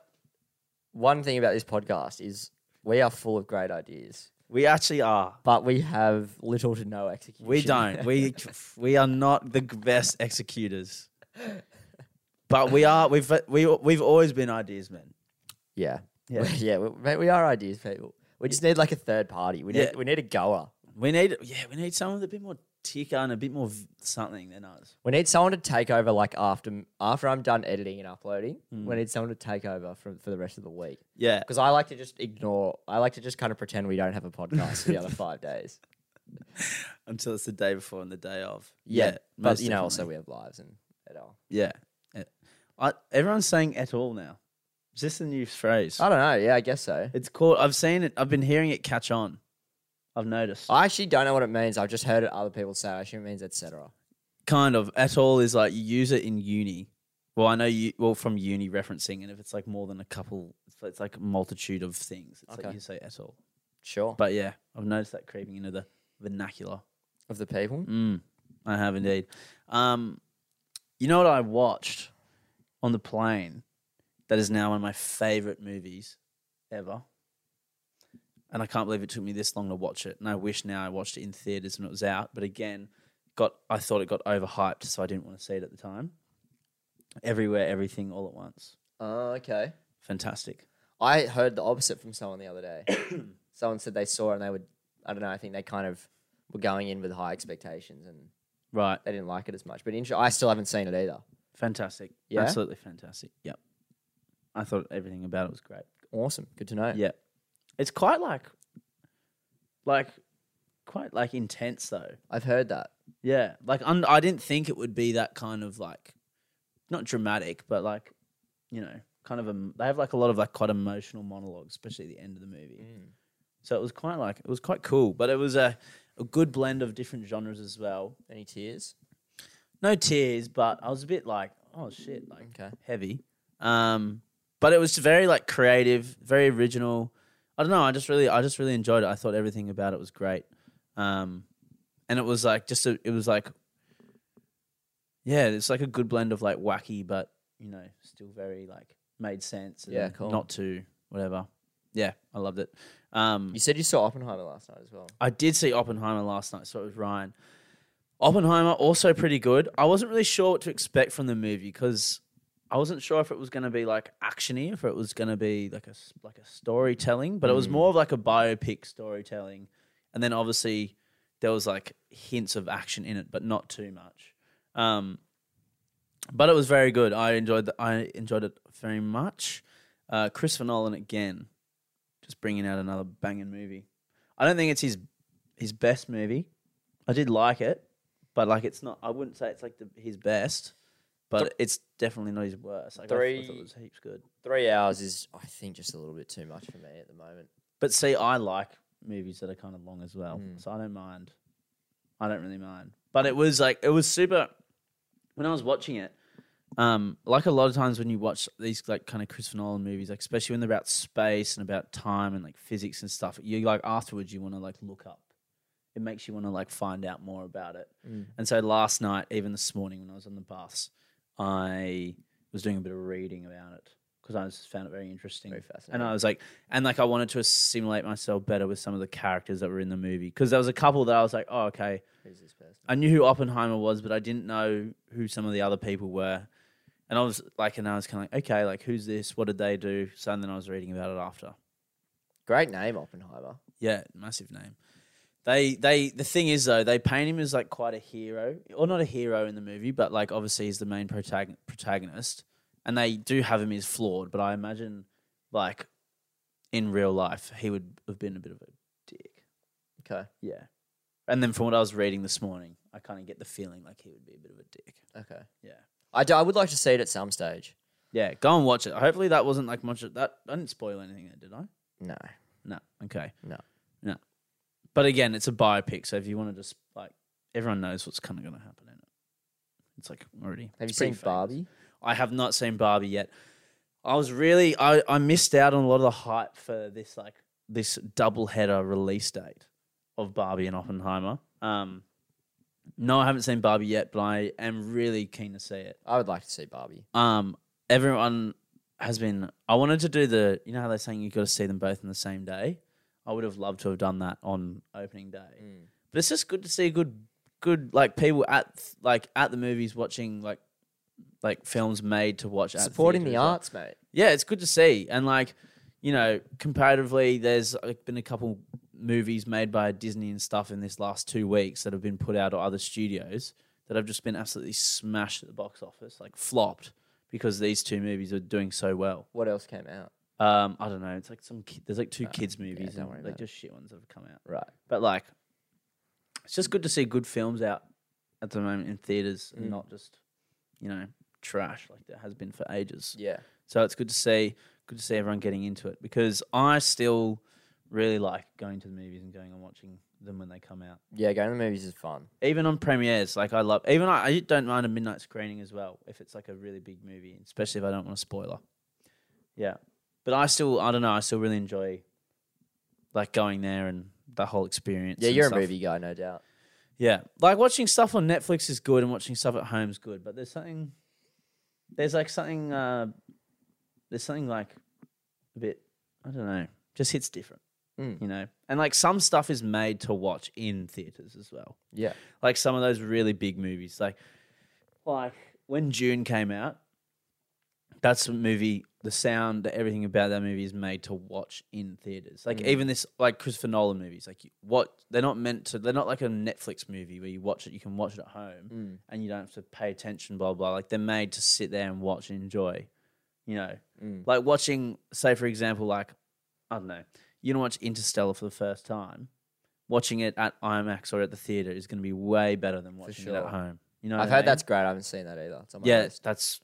One thing about this podcast is we are full of great ideas,
We actually are.
but we have little to no execution. *laughs*
We don't. *laughs* We we are not the g- best executors, but we are. We've we we've always been ideas men.
yeah,
Yeah.
yeah, *laughs* yeah. We, mate, we are ideas people. We just need like a third party. We need
Yeah.
we need a goer.
We need yeah. We need someone with a bit more ticker and a bit more v- something than us.
We need someone to take over. Like after after I'm done editing and uploading,
Mm.
we need someone to take over from for the rest of the week.
Yeah.
Because I like to just ignore. I like to just kind of pretend we don't have a podcast for the
*laughs*
other five days.
Until it's the day before and the day of.
Yeah, but
most
you know, also
definitely.
we have lives and et al.
Yeah. Yeah. I, everyone's saying et al now. It's just a new phrase.
I don't know. Yeah, I guess so.
It's called, I've seen it, I've been hearing it catch on. I've noticed.
I actually don't know what it means. I've just heard it other people say. I assume it means etc.
kind of. Et al is like you use it in uni. Well, I know you, well, from uni referencing, and if it's like more than a couple, it's like, it's like a multitude of things. It's
Okay.
like you say et al.
Sure.
But yeah, I've noticed that creeping into the vernacular.
Of the people.
Mm, I have indeed. Um, you know what I watched on the plane that is now one of my favorite movies ever? And I can't believe it took me this long to watch it. And I wish now I watched it in theaters when it was out. But again, got I thought it got overhyped, so I didn't want to see it at the time. Everywhere, everything, all at once.
Oh, okay.
Fantastic.
I heard the opposite from someone the other *coughs* day. someone said they saw it and they would. I don't know. I think they kind of were going in with high expectations and
Right.
they didn't like it as much. But inter- I still haven't seen it either.
Fantastic.
Yeah?
Absolutely fantastic. Yep. I thought everything about it was great.
Awesome. Good to know.
Yeah. It's quite like like quite like intense though.
I've heard that.
Yeah. Like un- I didn't think it would be that kind of like not dramatic, but like you know, kind of a they have like a lot of like quite emotional monologues, especially at the end of the movie. So it was quite like it was quite cool, but it was a a good blend of different genres as well.
Any tears?
No tears, but I was a bit like, oh shit, like
Okay.
heavy. Um, but it was very like creative, very original. I don't know. I just really, I just really enjoyed it. I thought everything about it was great. Um, and it was like just a, it was like, yeah, it's like a good blend of like wacky, but you know, still very like made sense. and
Yeah, cool.
Not too whatever. Yeah, I loved it. Um,
You said you saw Oppenheimer last night as well.
I did see Oppenheimer last night, so it was Ryan. Oppenheimer also pretty good. I wasn't really sure what to expect from the movie because I wasn't sure if it was going to be like actiony, if it was going to be like a s- like a storytelling, but it was more of like a biopic storytelling. And then obviously there was like hints of action in it, but not too much. Um, but it was very good. I enjoyed the, I enjoyed it very much. Uh, Christopher Nolan again, just bringing out another banging movie. I don't think it's his his best movie. I did like it, but like it's not. I wouldn't say it's like the, his best, but it's definitely not his worst. Like I thought- I thought
Three-
it was heaps good.
Three hours is, I think, just a little bit too much for me at the moment.
But see, I like movies that are kind of long as well, so I don't mind. I don't really mind. But it was like it was super. When I was watching it, um, like a lot of times when you watch these like kind of Christopher Nolan movies, like especially when they're about space and about time and like physics and stuff, you like afterwards you want to like look up. It makes you want to like find out more about it.
Mm.
And so last night, even this morning when I was on the bus, I was doing a bit of reading about it because I just found it very interesting.
Very fascinating.
And I was like, and like I wanted to assimilate myself better with some of the characters that were in the movie because there was a couple that I was like, oh okay,
Who's this person?
I knew who Oppenheimer was, but I didn't know who some of the other people were. And I was like, and I was kind of like, okay, like who's this? What did they do? So and then I was reading about it after.
Great name, Oppenheimer.
Yeah, massive name. They they the thing is though, they paint him as like quite a hero, or not a hero in the movie, but like obviously he's the main protagon- protagonist, and they do have him as flawed. But I imagine like in real life, he would have been a bit of a dick.
Okay.
Yeah. And then from what I was reading this morning, I kind of get the feeling like he would be a bit of a dick.
Okay.
Yeah.
I, do, I would like to see it at some stage.
Yeah, go and watch it. Hopefully that wasn't like much of that. I didn't spoil anything there, did I?
No.
No. Okay.
No.
No. But again, it's a biopic, so if you want to just like everyone knows what's kind of going to happen in it. It's like already.
Have
it's
you
pretty
seen
famous.
Barbie?
I have not seen Barbie yet. I was really I, I missed out on a lot of the hype for this like this double header release date of Barbie and Oppenheimer. Um, no, I haven't seen Barbie yet, but I am really keen to see it
I would like to see Barbie.
um, everyone has been. I wanted to do the. You know how they're saying you've got to see them both on the same day. I would have loved to have done that on opening day.
Mm.
But it's just good to see good, good like people at th- like at the movies watching like like films made to watch. At
Supporting
theatre
the
as well.
arts, mate.
Yeah, it's good to see. And like, you know, comparatively, there's like, been a couple movies made by Disney and stuff in this last two weeks that have been put out or other studios that have just been absolutely smashed at the box office, like flopped because these two movies are doing so well.
What else came out?
Um, I don't know. It's like some ki- there's like two kids movies
Uh, don't worry
and
about
like just shit ones that have come out.
Right.
But like, it's just good to see good films out at the moment in theaters
Mm.
and not just, you know, trash like there has been for ages.
Yeah.
So it's good to see good to see everyone getting into it because I still really like going to the movies and going and watching them when they come out.
Yeah, going to the movies is fun.
Even on premieres, like I love even I, I don't mind a midnight screening as well if it's like a really big movie, especially if I don't want a spoiler. Yeah. But I still I don't know, I still really enjoy like going there and the whole experience.
Yeah,
and
you're
stuff.
a movie guy, no doubt.
Yeah. Like watching stuff on Netflix is good and watching stuff at home is good, but there's something there's like something uh there's something like a bit I don't know, just hits different.
Mm.
You know? And like some stuff is made to watch in theaters as well.
Yeah.
Like some of those really big movies. Like like when June came out, that's a movie the sound, the everything about that movie is made to watch in theaters. Like even this, like Christopher Nolan movies, like you- what they're not meant to. They're not like a Netflix movie where you watch it, you can watch it at home,
Mm.
and you don't have to pay attention. Blah blah. Like they're made to sit there and watch and enjoy. You know,
mm.
like watching, say for example, like I don't know, you don't watch Interstellar for the first time. Watching it at IMAX or at the theater is going to be way better than watching it
sure.
at home. You know, what
I've
I
heard
mean?
that's great. I haven't seen that either. It's on my
yeah,
list.
that's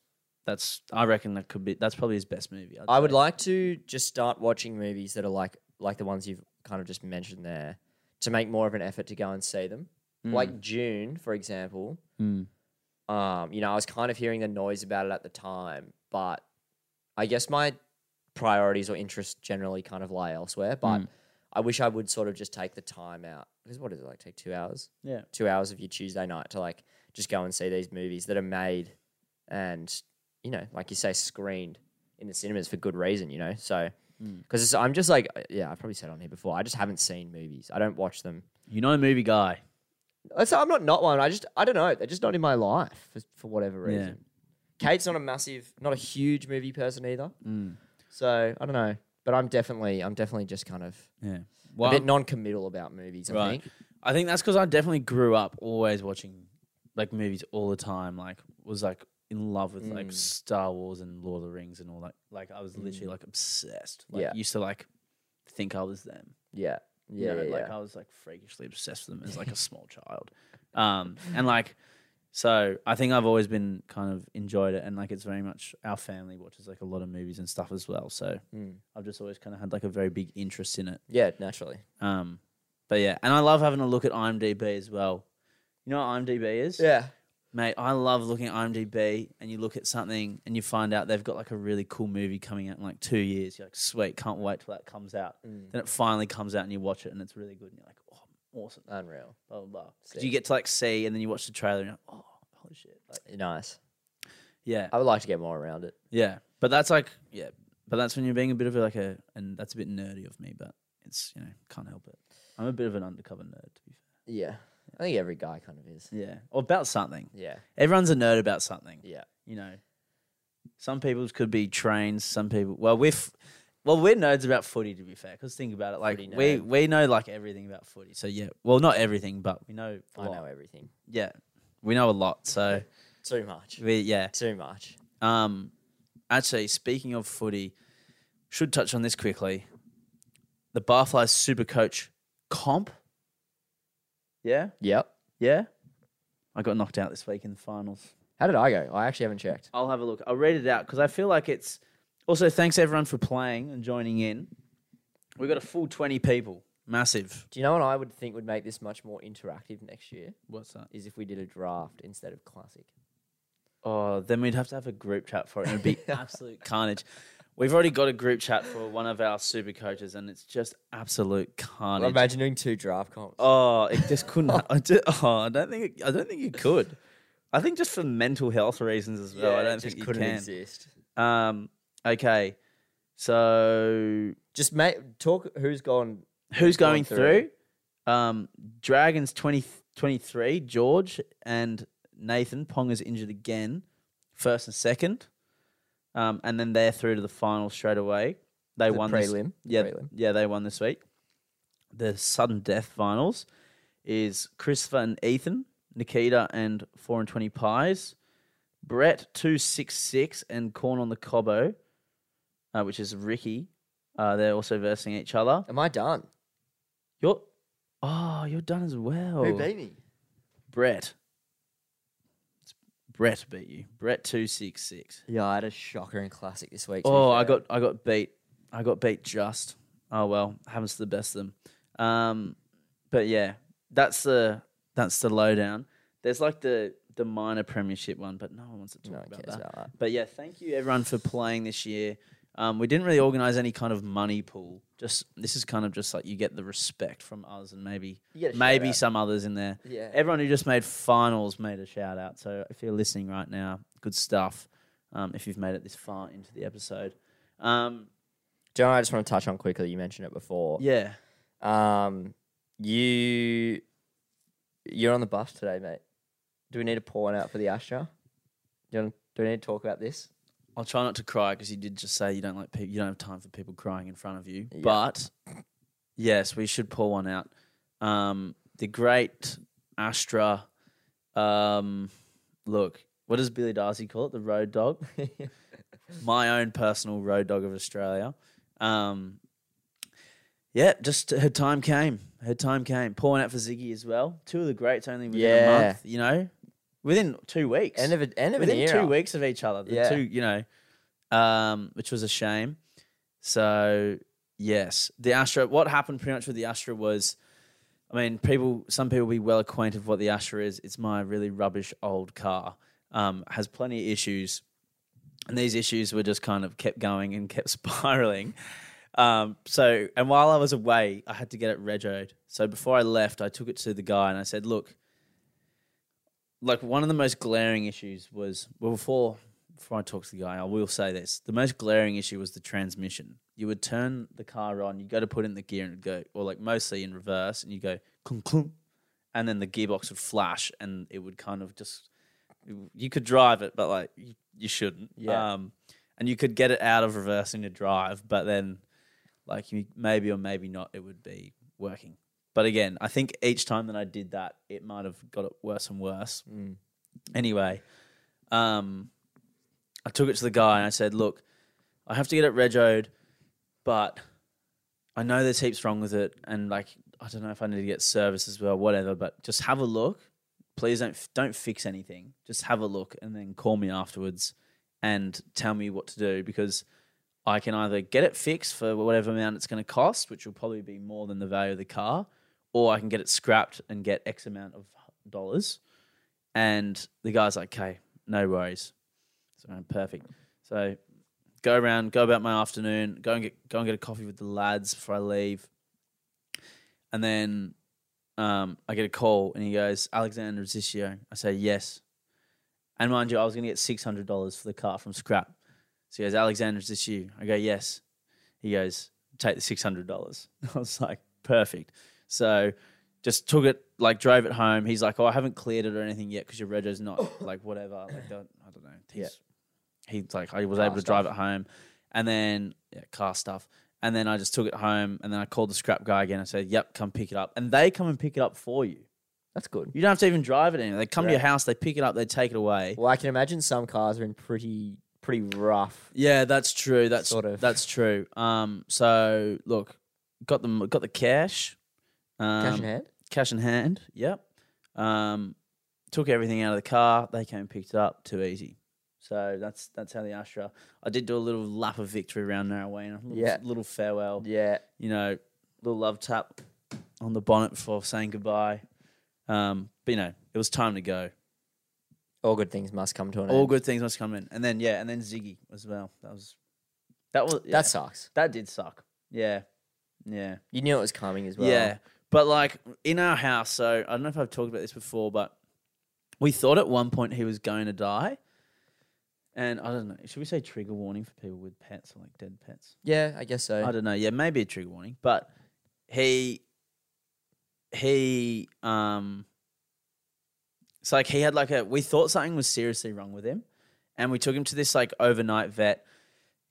that's I reckon that could be that's probably his best movie. I'd
I would
say.
like to just start watching movies that are like like the ones you've kind of just mentioned there to make more of an effort to go and see them. Like June, for example.
Mm.
Um, you know, I was kind of hearing the noise about it at the time, but I guess my priorities or interests generally kind of lie elsewhere. But I wish I would sort of just take the time out because what does it like take two hours?
Yeah.
two hours of your Tuesday night to like just go and see these movies that are made and you know, like you say, screened in the cinemas for good reason, you know. So
Hmm.
because I'm uh, just like, yeah, I've probably said on here before. I just haven't seen movies. I don't watch them.
You know, movie guy.
That's- I'm not not one. I just I don't know. They're just not in my life for, for whatever
Yeah.
reason. Kate's not a massive, not a huge movie person either.
Mm.
So I don't know. But I'm definitely I'm definitely just kind of
Yeah.
a
Well,
bit non-committal about movies. I
Right.
think.
I think that's because I definitely grew up always watching like movies all the time. Like was like in love with like
Mm.
Star Wars and Lord of the Rings and all that. Like I was literally like obsessed. Like
Yeah.
used to like think I was them.
Yeah.
you
Yeah.
know,
yeah,
like
yeah.
I was like freakishly obsessed with them as like a small child. Um and like so I think I've always been kind of enjoyed it and like it's very much our family watches like a lot of movies and stuff as well. So
Mm.
I've just always kind of had like a very big interest in it.
Yeah, Naturally.
Um, but yeah, and I love having a look at IMDb as well. You know what IMDb is?
Yeah.
Mate, I love looking at IMDb and you look at something and you find out they've got like a really cool movie coming out in like two years. You're like, sweet, can't wait till that comes out.
Mm.
Then it finally comes out and you watch it and it's really good and you're like, oh, awesome,
Unreal.
blah, blah, blah. 'Cause
Sick.
you get to like see and then you watch the trailer and you're like, oh, holy shit. Like,
Nice.
yeah,
I would like to get more around it.
yeah. But that's like, yeah, but that's when you're being a bit of like a, and that's a bit nerdy of me, but it's, you know, can't help it. I'm a bit of an undercover nerd, to be fair.
Yeah. I think every guy kind of is.
Yeah. Or about something.
Yeah.
Everyone's a nerd about something.
Yeah.
You know, some people's could be trains. Some people, well, we're, f- well, we're nerds about footy to be fair. Because think about it, like
Footy
we
nerd.
we know like everything about footy. So yeah, well, not everything, but we know. A
I
lot.
know everything.
Yeah, we know a lot. So
Too much.
we yeah.
Too much.
Um, actually, speaking of footy, should touch on this quickly. The Barfly Super Coach comp. Yeah,
Yep.
yeah. I got knocked out this week in the finals.
How did I go? I actually haven't checked.
I'll have a look. I'll read it out because I feel like it's. Also, thanks everyone for playing and joining in. We've got a full 20 people. Massive.
Do you know what I would think would make this much more interactive next year?
What's that?
Is if we did a draft instead of classic.
Oh, then we'd have to have a group chat for it. and
*laughs*
It'd be absolute carnage. We've already got a group chat for one of our super coaches, and it's just absolute carnage.
imagine doing two draft comps.
Oh, it
*laughs*
just couldn't. I do- oh, I don't think. It, I don't think you could. I think just for mental health reasons as well. I don't think you
couldn't
can.
exist.
Um. Okay. So
Just mate, talk who's gone.
Who's
going
going
through?
through? Um, Dragons 20, 23, George and Nathan. Pong is injured again, first and second. Um, and then they're through to the final straight away. They
The
won This,
prelim, the
yeah,
prelim.
yeah, they won this week. The sudden death finals is Christopher and Ethan, Nikita and four and twenty pies, Brett two six six and corn on the Cobbo, uh, which is Ricky. Uh, they're also versing each other.
Am I done?
You're oh, you're done as well.
Who beat me?
Brett. It's- Brett beat you. Brett two six six.
Yeah, I had a shocker in classic this week. to be
Oh, I
fair.
got I got beat. I got beat just. Oh well, happens to the best of them. Um, but yeah, that's the that's the lowdown. There's like the the minor premiership one, but no one wants to talk
No one
about
cares
that.
about that.
But yeah, thank you everyone for playing this year. Um, we didn't really organize any kind of money pool. Just this is kind of just like you get the respect from us and maybe
You get a
maybe
shout-out.
some others in there.
Yeah.
Everyone who just made finals made a shout out. So if you're listening right now, good stuff. Um, if you've made it this far into the episode, um,
Do you know what I just want to touch on quickly? You mentioned it before.
yeah,
Um, you you're on the bus today, mate. Do we need to pour one out for the Astra? Do, you want, do we need to talk about
*laughs*
this?
I'll try not to cry because you did just say you don't like people. You don't have time for people crying in front of you. But yes, we should pull one out. Um, the great Astra. Um, look, what does Billy Darcy call it? The road dog. my own personal road dog of Australia. Um, yeah, just her time came. Her time came. Pouring out for Ziggy as well. Two of the greats only within a
Yeah.
month. You know, within two weeks.
End of a, end of an
within
era.
two weeks of each other. The
Yeah.
two, you know, um, which was a shame. So yes, the Astra. What happened pretty much with the Astra was, I mean, people. Some people will be well acquainted with what the Astra is. It's my really rubbish old car. Um, has plenty of issues, and these issues were just kind of kept going and kept *laughs* spiraling. Um, so, and while I was away, I had to get it regoed. So before I left, I took it to the guy and I said, "Look, like one of the most glaring issues was well before before I talk to the guy, I will say this: the most glaring issue was the transmission. You would turn the car on, you go to put in the gear and it'd go, or like mostly in reverse, and you go clunk clunk, and then the gearbox would flash, and it would kind of just you could drive it, but like you, you shouldn't.
Yeah.
Um, and you could get it out of reverse into drive, but then like you maybe or maybe not, it would be working. But again, I think each time that I did that, it might have got it worse and worse.
Mm.
Anyway, um, I took it to the guy and I said, "Look, I have to get it regoed, but I know there's heaps wrong with it, and like I don't know if I need to get service as well, whatever. But just have a look. Please don't f- don't fix anything. Just have a look, and then call me afterwards and tell me what to do because I can either get it fixed for whatever amount it's going to cost, which will probably be more than the value of the car, or I can get it scrapped and get X amount of dollars. And the guy's like, okay, no worries. So I'm perfect. So go around, go about my afternoon, go and get go and get a coffee with the lads before I leave. And then um, I get a call and he goes, Alexander, is this you? I say, yes. And mind you, I was going to get $600 for the car from scrap. So he goes, Alexander, is this you? I go, yes. He goes, take the $600. *laughs* I was like, perfect. So just took it, like drove it home. He's like, oh, I haven't cleared it or anything yet because your
*coughs*
rego's not like whatever. Like, don't, I don't know. He's, He's like, I was
Car
able to drive it home. And then, yeah, car stuff. And then I just took it home and then I called the scrap guy again. I said, yep, come pick it up. And they come and pick it up for you.
That's good.
You don't have to even drive it anywhere. They come
Right.
to your house, they pick it up, they take it away.
Well, I can imagine some cars are in pretty pretty rough.
Yeah, that's true. That's
Sort of.
that's true. Um, so look, got them, got the cash, um,
Cash in hand.
cash in hand. Yep. Um, took everything out of the car. They came and picked it up. Too easy. So that's that's how the Astra. I did do a little lap of victory around Narrowway and a little,
Yeah.
little farewell.
Yeah.
You know, little love tap on the bonnet before saying goodbye. Um, but you know, it was time to go.
All good things must come to an
All
end.
good things must come in, and then yeah, and then Ziggy as well. That was that was yeah,
That sucks.
that did suck. Yeah, yeah,
You knew it was coming as well.
yeah. But like in our house, so I don't know if I've talked about this before, but we thought at one point he was going to die, and I don't know. Should we say trigger warning for people with pets or like dead pets?
Yeah, I guess so.
I don't know. Yeah, maybe a trigger warning, but he he um it's like he had like a we thought something was seriously wrong with him and we took him to this like overnight vet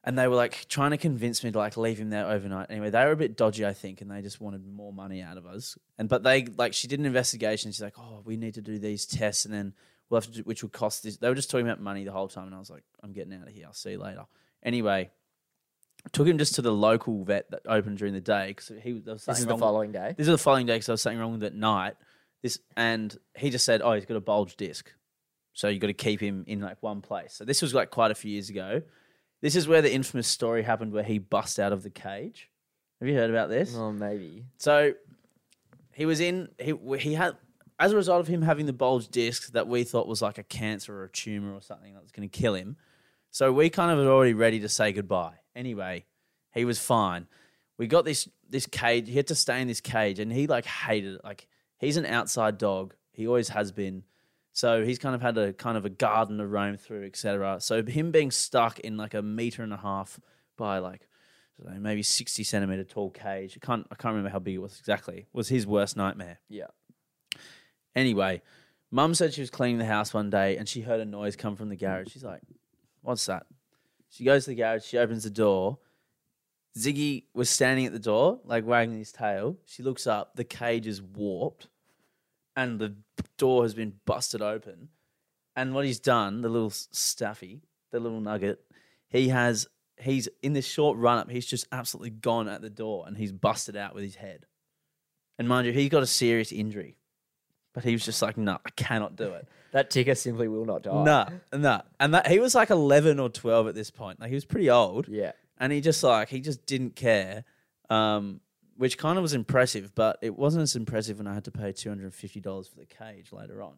and they were like trying to convince me to like leave him there overnight anyway they were a bit dodgy i think and they just wanted more money out of us and but they like she did an investigation she's like oh we need to do these tests and then we'll have to do which would cost this they were just talking about money the whole time and i was like i'm getting out of here i'll see you later anyway took him just to the local vet that opened during the day because he there was
This
something
is the
wrong with-
following day.
this is the following day because there was something wrong with it at night. This and he just said, "Oh, he's got a bulge disc, so you got to keep him in like one place." So this was like quite a few years ago. This is where the infamous story happened, where he bust out of the cage. Have you heard about this?
Oh, maybe.
So he was in. He he had as a result of him having the bulge disc that we thought was like a cancer or a tumor or something that was going to kill him. So we kind of were already ready to say goodbye. Anyway, he was fine. We got this this cage. He had to stay in this cage, and he like hated it. Like he's an outside dog. He always has been. So he's kind of had a kind of a garden to roam through, etc. So him being stuck in like a meter and a half by like I don't know, maybe sixty centimeter tall cage. I can't I can't remember how big it was exactly. Was his worst nightmare.
Yeah.
Anyway, mum said she was cleaning the house one day and she heard a noise come from the garage. She's like, What's that? She goes to the garage, she opens the door. Ziggy was standing at the door, like wagging his tail. She looks up, the cage is warped and the door has been busted open. And what he's done, the little s- staffy, the little nugget, he has, he's in this short run up, he's just absolutely gone at the door and he's busted out with his head. And mind you, he's got a serious injury. But he was just like, no, I cannot do it.
That ticker simply will not die.
No, nah, nah. And that he was like 11 or 12 at this point. Like he was pretty old
Yeah.
and he just like, he just didn't care, um, which kind of was impressive, but it wasn't as impressive when I had to pay $250 for the cage later on.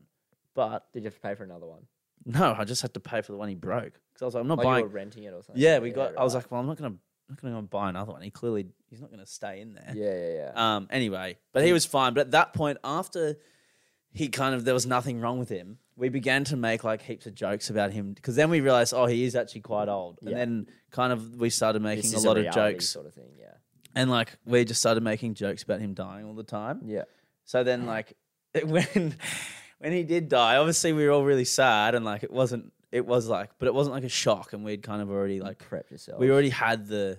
But
Did you have to pay for another one?
no, I just had to pay for the one he broke. Cause I was like, I'm not
Oh, you
buying.
were renting it or something.
Yeah, we got, I was
right.
like, well, I'm not going to, not going to go and buy another one. He clearly, he's not going to stay in there.
Yeah, yeah, yeah.
Um, anyway, but he was fine. But at that point, after he kind of there was nothing wrong with him, we began to make like heaps of jokes about him because then we realized, oh, he is actually quite old. And
Yeah.
then kind of we started
This
making a
is
lot of
reality
jokes,
Sort of thing, yeah.
and like we just started making jokes about him dying all the time.
Yeah.
So then like *laughs* when when he did die, obviously we were all really sad and like it wasn't it was like but it wasn't like a shock and we'd kind of already like
prep yourself.
we already had the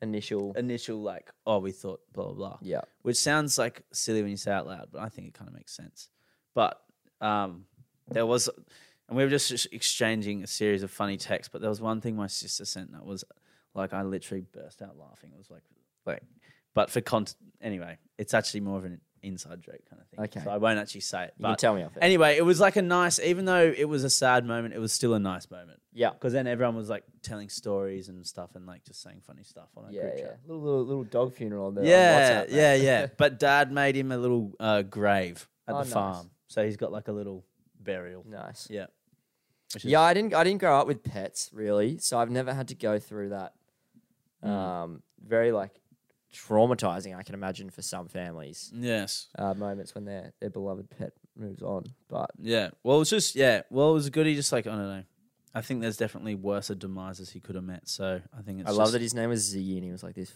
initial.
initial like oh we thought blah blah blah.
Yeah.
Which sounds like silly when you say it out loud, but I think it kind of makes sense. But um there was and we were just ex- exchanging a series of funny texts, but there was one thing my sister sent that was like I literally burst out laughing. It was like like but for cont anyway, it's actually more of an inside joke kind of thing.
Okay.
So I won't actually say it.
You can
But
tell me off it.
anyway, it was like a nice even though it was a sad moment, it was still a nice moment.
yeah.
Because then everyone was like telling stories and stuff and like just saying funny stuff on our
Yeah,
group
yeah.
chat.
Little, little little dog funeral on the on
Yeah,
WhatsApp, mate.
yeah, yeah. But dad made him a little uh, grave at
Oh,
the
nice.
farm. So he's got like a little burial.
*laughs* nice.
Yeah. Which is-
Yeah, I didn't I didn't grow up with pets really, so I've never had to go through that.
Mm.
Um, very like traumatizing, I can imagine for some families.
Yes.
Uh, moments when their their beloved pet moves on, but
Yeah. Well, it's just, yeah. Well, it was good. He just like, I don't know. I think there's definitely worse demises he could have met. So I think it's
I love
just
that his name was Z and he was like this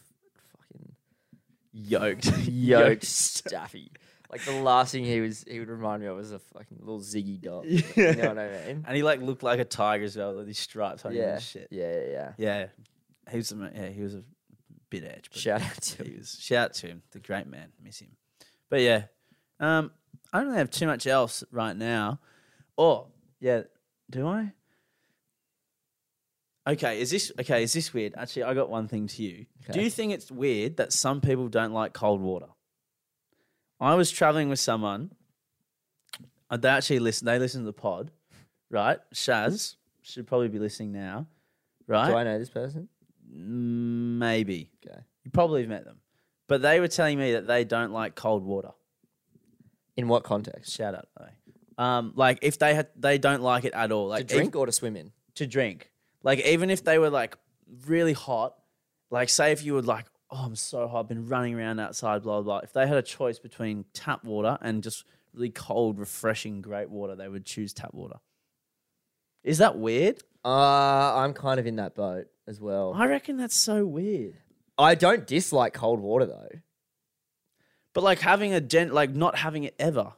fucking *laughs*
yoked. *laughs*
yoked staffy. Like the last thing he was he would remind me of was a fucking little Ziggy
*laughs*
dog. You know what I mean?
And he like looked like a tiger as well with these stripes on him
yeah.
and shit.
yeah, yeah, yeah.
Yeah. He was, a, ma- yeah, he was a bit edge. But
Shout out to
he was, shout out to him, the great man. Miss him. But yeah, um, I don't really have too much else right now. Or yeah, do I? Okay, is this okay? Is this weird? Actually, I got one thing to you. Do
Okay.
you think it's weird that some people don't like cold water? I was traveling with someone. uh, They actually listen. They listen to the pod, right? Shaz should probably be listening now, right?
Do I know this person?
Mm, Maybe.
Okay.
You probably have met them. But they were telling me that they don't like cold water.
In what context?
Shout out though. Um, like if they had, they don't like it at all. Like
to
if-
drink or to swim in?
to drink. Like even if they were like really hot, like say if you were like, oh, I'm so hot, I've been running around outside, blah blah. blah. If they had a choice between tap water and just really cold, refreshing, great water, they would choose tap water. Is that weird?
Uh, I'm kind of in that boat as well.
I reckon that's so weird.
I don't dislike cold water though.
But like having a gent, like not having it ever,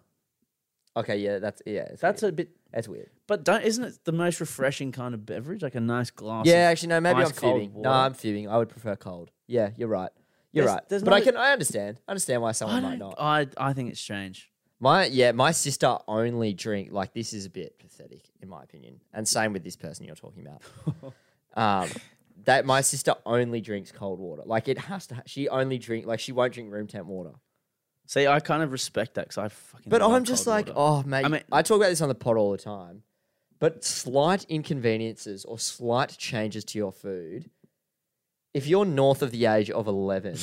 Okay, yeah, that's yeah, it's
that's
weird.
a bit
that's weird.
But don't isn't it the most refreshing kind of beverage? Like a nice glass.
yeah,
of-
actually, no, maybe
ice
I'm
cold
fibbing. No,
water.
I'm fibbing. I would prefer cold. Yeah, you're right. You're
There's-
right.
there's
but I
not a-
can, I understand. I understand why
I,
someone might
don't,
not.
I I think it's strange.
My yeah, my sister only drink like this is a bit pathetic in my opinion, and same with this person you're talking about. *laughs* um, that my sister only drinks cold water. Like it has to. Ha- she only drink like she won't drink room temp water.
See, I kind of respect that because I fucking.
But
love
I'm just
cold
like,
water.
oh mate,
I mean-
I talk about this on the pod all the time. But slight inconveniences or slight changes to your food, if you're north of the age of *laughs* 11,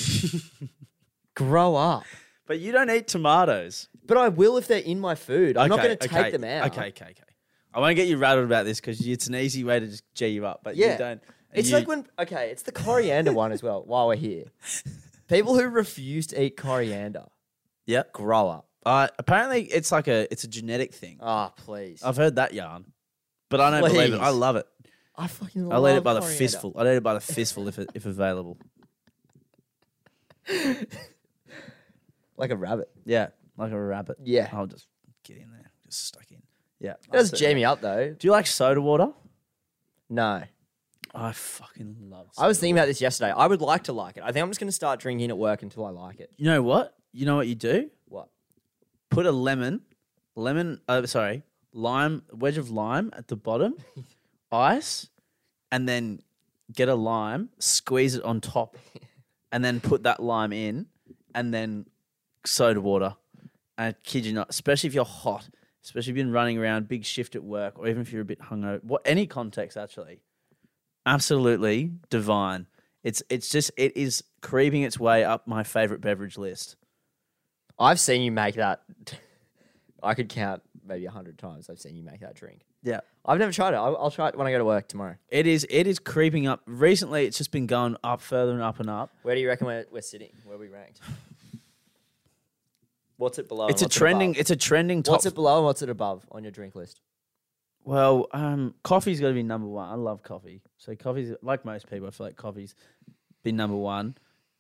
grow up.
But you don't eat tomatoes.
But I will if they're in my food. I'm not
Okay,
going to
okay,
take them out.
Okay, okay, okay. I won't get you rattled about this because it's an easy way to just g you up. But
Yeah.
you don't.
It's
you-
like when okay, it's the coriander one as well. While we're here, people who refuse to eat coriander
Yep.
grow up.
Uh, apparently, it's like a it's a genetic thing.
Ah, please. i
I've heard that yarn, but I don't believe it. I
Please.
love it.
fucking love
I'll eat it by the
coriander.
fistful. I'll eat it by the fistful if it, if available.
like a rabbit.
Yeah, like a rabbit.
Yeah,
I'll just get in there, just stuck in. Yeah,
it does
that's it.
jam me up though.
Do you like soda water?
No,
I fucking love.
I was thinking about this yesterday. I would like to like it. I think I'm just going to start drinking at work until I like it.
You know what? You know what you do?
What?
Put a lemon, lemon. Oh, sorry, lime wedge of lime at the bottom, ice, and then get a lime, squeeze it on top, and then put that lime in, and then soda water. I kid you not, especially if you're hot, especially if you've been running around, big shift at work, or even if you're a bit hungover. What any context actually, absolutely divine. It's it's just it is creeping its way up my favorite beverage list.
I've seen you make that. *laughs* I could count maybe a hundred times. I've seen you make that drink.
Yeah,
I've never tried it. I'll, I'll try it when I go to work tomorrow.
it is it is creeping up. Recently, it's just been going up further and up and up.
Where do you reckon we're, we're sitting? Where are we ranked? What's it below? and
It's a
what's it
trending.
above?
It's a trending top.
What's it below and what's it above on your drink list?
well, um, coffee's got to be number one. I love coffee, so coffee's like most people. I feel like coffee's been number one.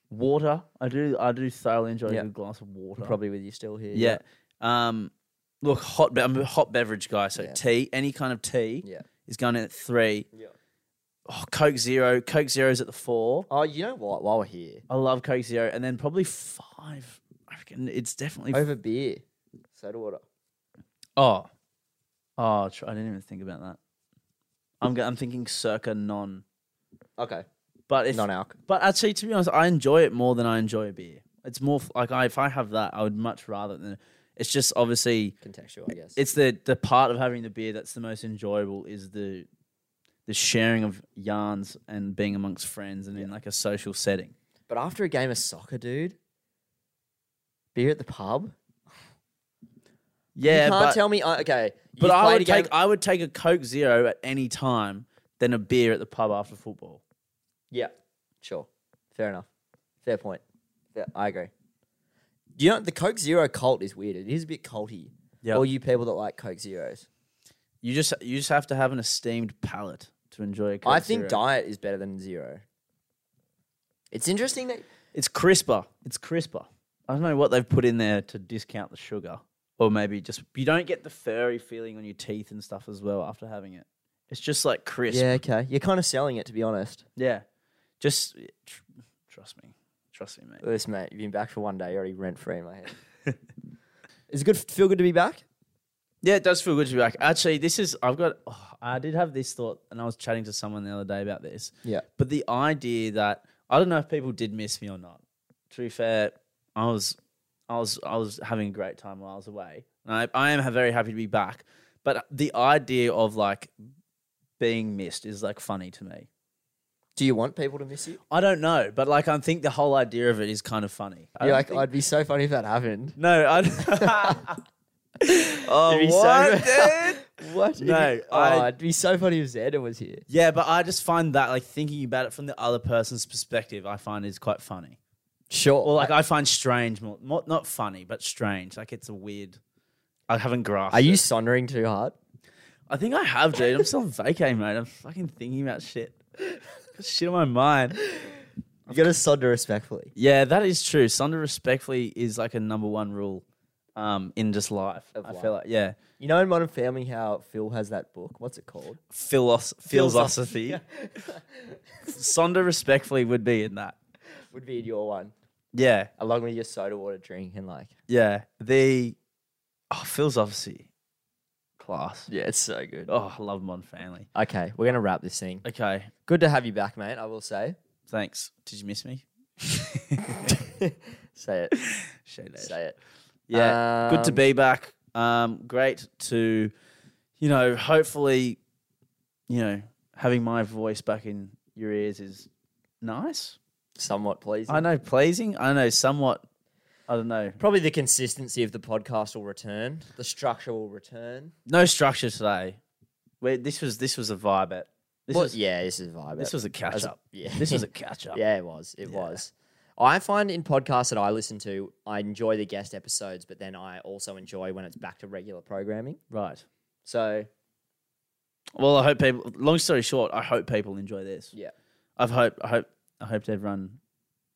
Water. I do. I do thoroughly enjoy
Yeah.
a good glass of water.
Probably with you still here.
Yeah. Um, look, hot. Be- I'm a hot beverage guy, so
Yeah.
tea, any kind of tea,
Yeah.
is going in at three.
Yeah.
Oh, Coke Zero. Coke Zero's at the four.
Oh, you know what? While we're here,
I love Coke Zero, and then probably five. I reckon it's definitely
over beer, soda water.
Oh, oh, tr- I didn't even think about that. I'm go- I'm thinking circa non,
Okay,
but if
non-alc.
but actually to be honest, I enjoy it more than I enjoy a beer. It's more f- like I, if I have that, I would much rather than. It's just obviously
Contextual, I guess.
it's the the part of having the beer that's the most enjoyable is the the sharing of yarns and being amongst friends and in like a social setting.
but after a game of soccer, dude, beer at the pub.
Yeah,
you can't
but
tell me. I okay,
but
you've
I
played
would
a game-
take I would take a Coke Zero at any time than a beer at the pub after football.
Yeah, sure. Fair enough. Fair point. Fair- I agree. You know, the Coke Zero cult is weird. It is a bit culty.
Yeah.
All you people that like Coke Zeros.
You just you just have to have an esteemed palate to enjoy a Coke
I think
Zero.
diet is better than zero. It's interesting that
it's crisper. It's crisper. I don't know what they've put in there to discount the sugar, or maybe just you don't get the furry feeling on your teeth and stuff as well after having it. It's just like crisp.
Yeah, okay. You're kind of selling it to be honest.
Yeah. Just tr- trust me. Trust me, mate.
Listen, mate, you've been back for one day, you're already rent free in my head. *laughs* is it good feel good to be back?
Yeah, it does feel good to be back. Actually, this is I've got. oh, I did have this thought, and I was chatting to someone the other day about this.
Yeah.
But the idea that I don't know if people did miss me or not. To be fair, I was, I was, I was having a great time while I was away. And I, I am very happy to be back. But the idea of like being missed is like funny to me.
Do you want people to miss you?
I don't know, but like I think the whole idea of it is kind of funny. I
You're
don't
like,
think-
I'd be so funny if that happened.
no,
*laughs*
I. *laughs* oh,
It'd be so
what,
good.
dude?
*laughs* What?
No,
oh,
I-
it'd be so funny if Xander was here.
Yeah, but I just find that like thinking about it from the other person's perspective, I find is quite funny.
Sure.
Or like I find strange more, more not funny, but strange. Like it's a weird. I haven't grasped.
Are you
it.
sundering too hard?
I think I have, dude. I'm still on vacay, mate. I'm fucking thinking about shit. Got shit on my mind.
You gotta sonder respectfully.
Yeah, that is true. Sunder respectfully is like a number one rule, um, in just life.
Of
I
life.
feel like yeah,
You know in Modern Family how Phil has that book? What's it called?
Philos-
*laughs*
philosophy. Sunder respectfully would be in that.
Would be in your one.
Yeah.
Along with your soda water drink and like
Yeah, the oh, Phil's obviously class.
Yeah, it's so good.
Oh, I love Modern Family.
Okay, we're gonna wrap this thing.
Okay,
Good to have you back, mate, I will say.
thanks. Did you miss me?
*laughs* say it.
Shade ash.
Say it.
Yeah, good to
Um,
be back. Um, great to, you know, hopefully, you know, having my voice back in your ears is nice.
Somewhat pleasing.
I know pleasing. I know somewhat. I don't know.
Probably the consistency of the podcast will return. The structure will return.
No structure today. Where this was this was a vibe at. This
Well,
was
yeah, this is a vibe.
this was a catch
As a-
up.
yeah. *laughs*
This was a catch up.
Yeah, it was. It
Yeah.
was. I find in podcasts that I listen to, I enjoy the guest episodes, but then I also enjoy when it's back to regular programming.
Right.
So
Well, I hope people. Long story short, I hope people enjoy this.
Yeah.
I've hope. I hope. I hope everyone.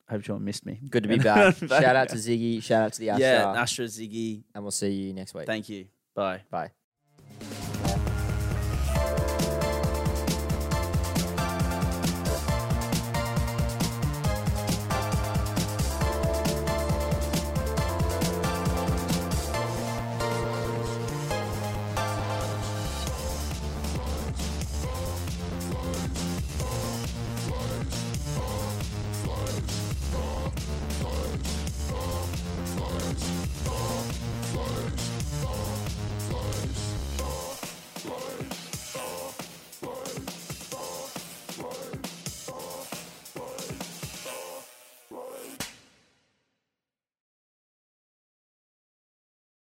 I hope you all missed me.
good to
*laughs*
be back. *laughs* shout out to Ziggy. Shout out to the Asha.
yeah, Astra Ziggy.
and we'll see you next week.
Thank you. Bye.
Bye.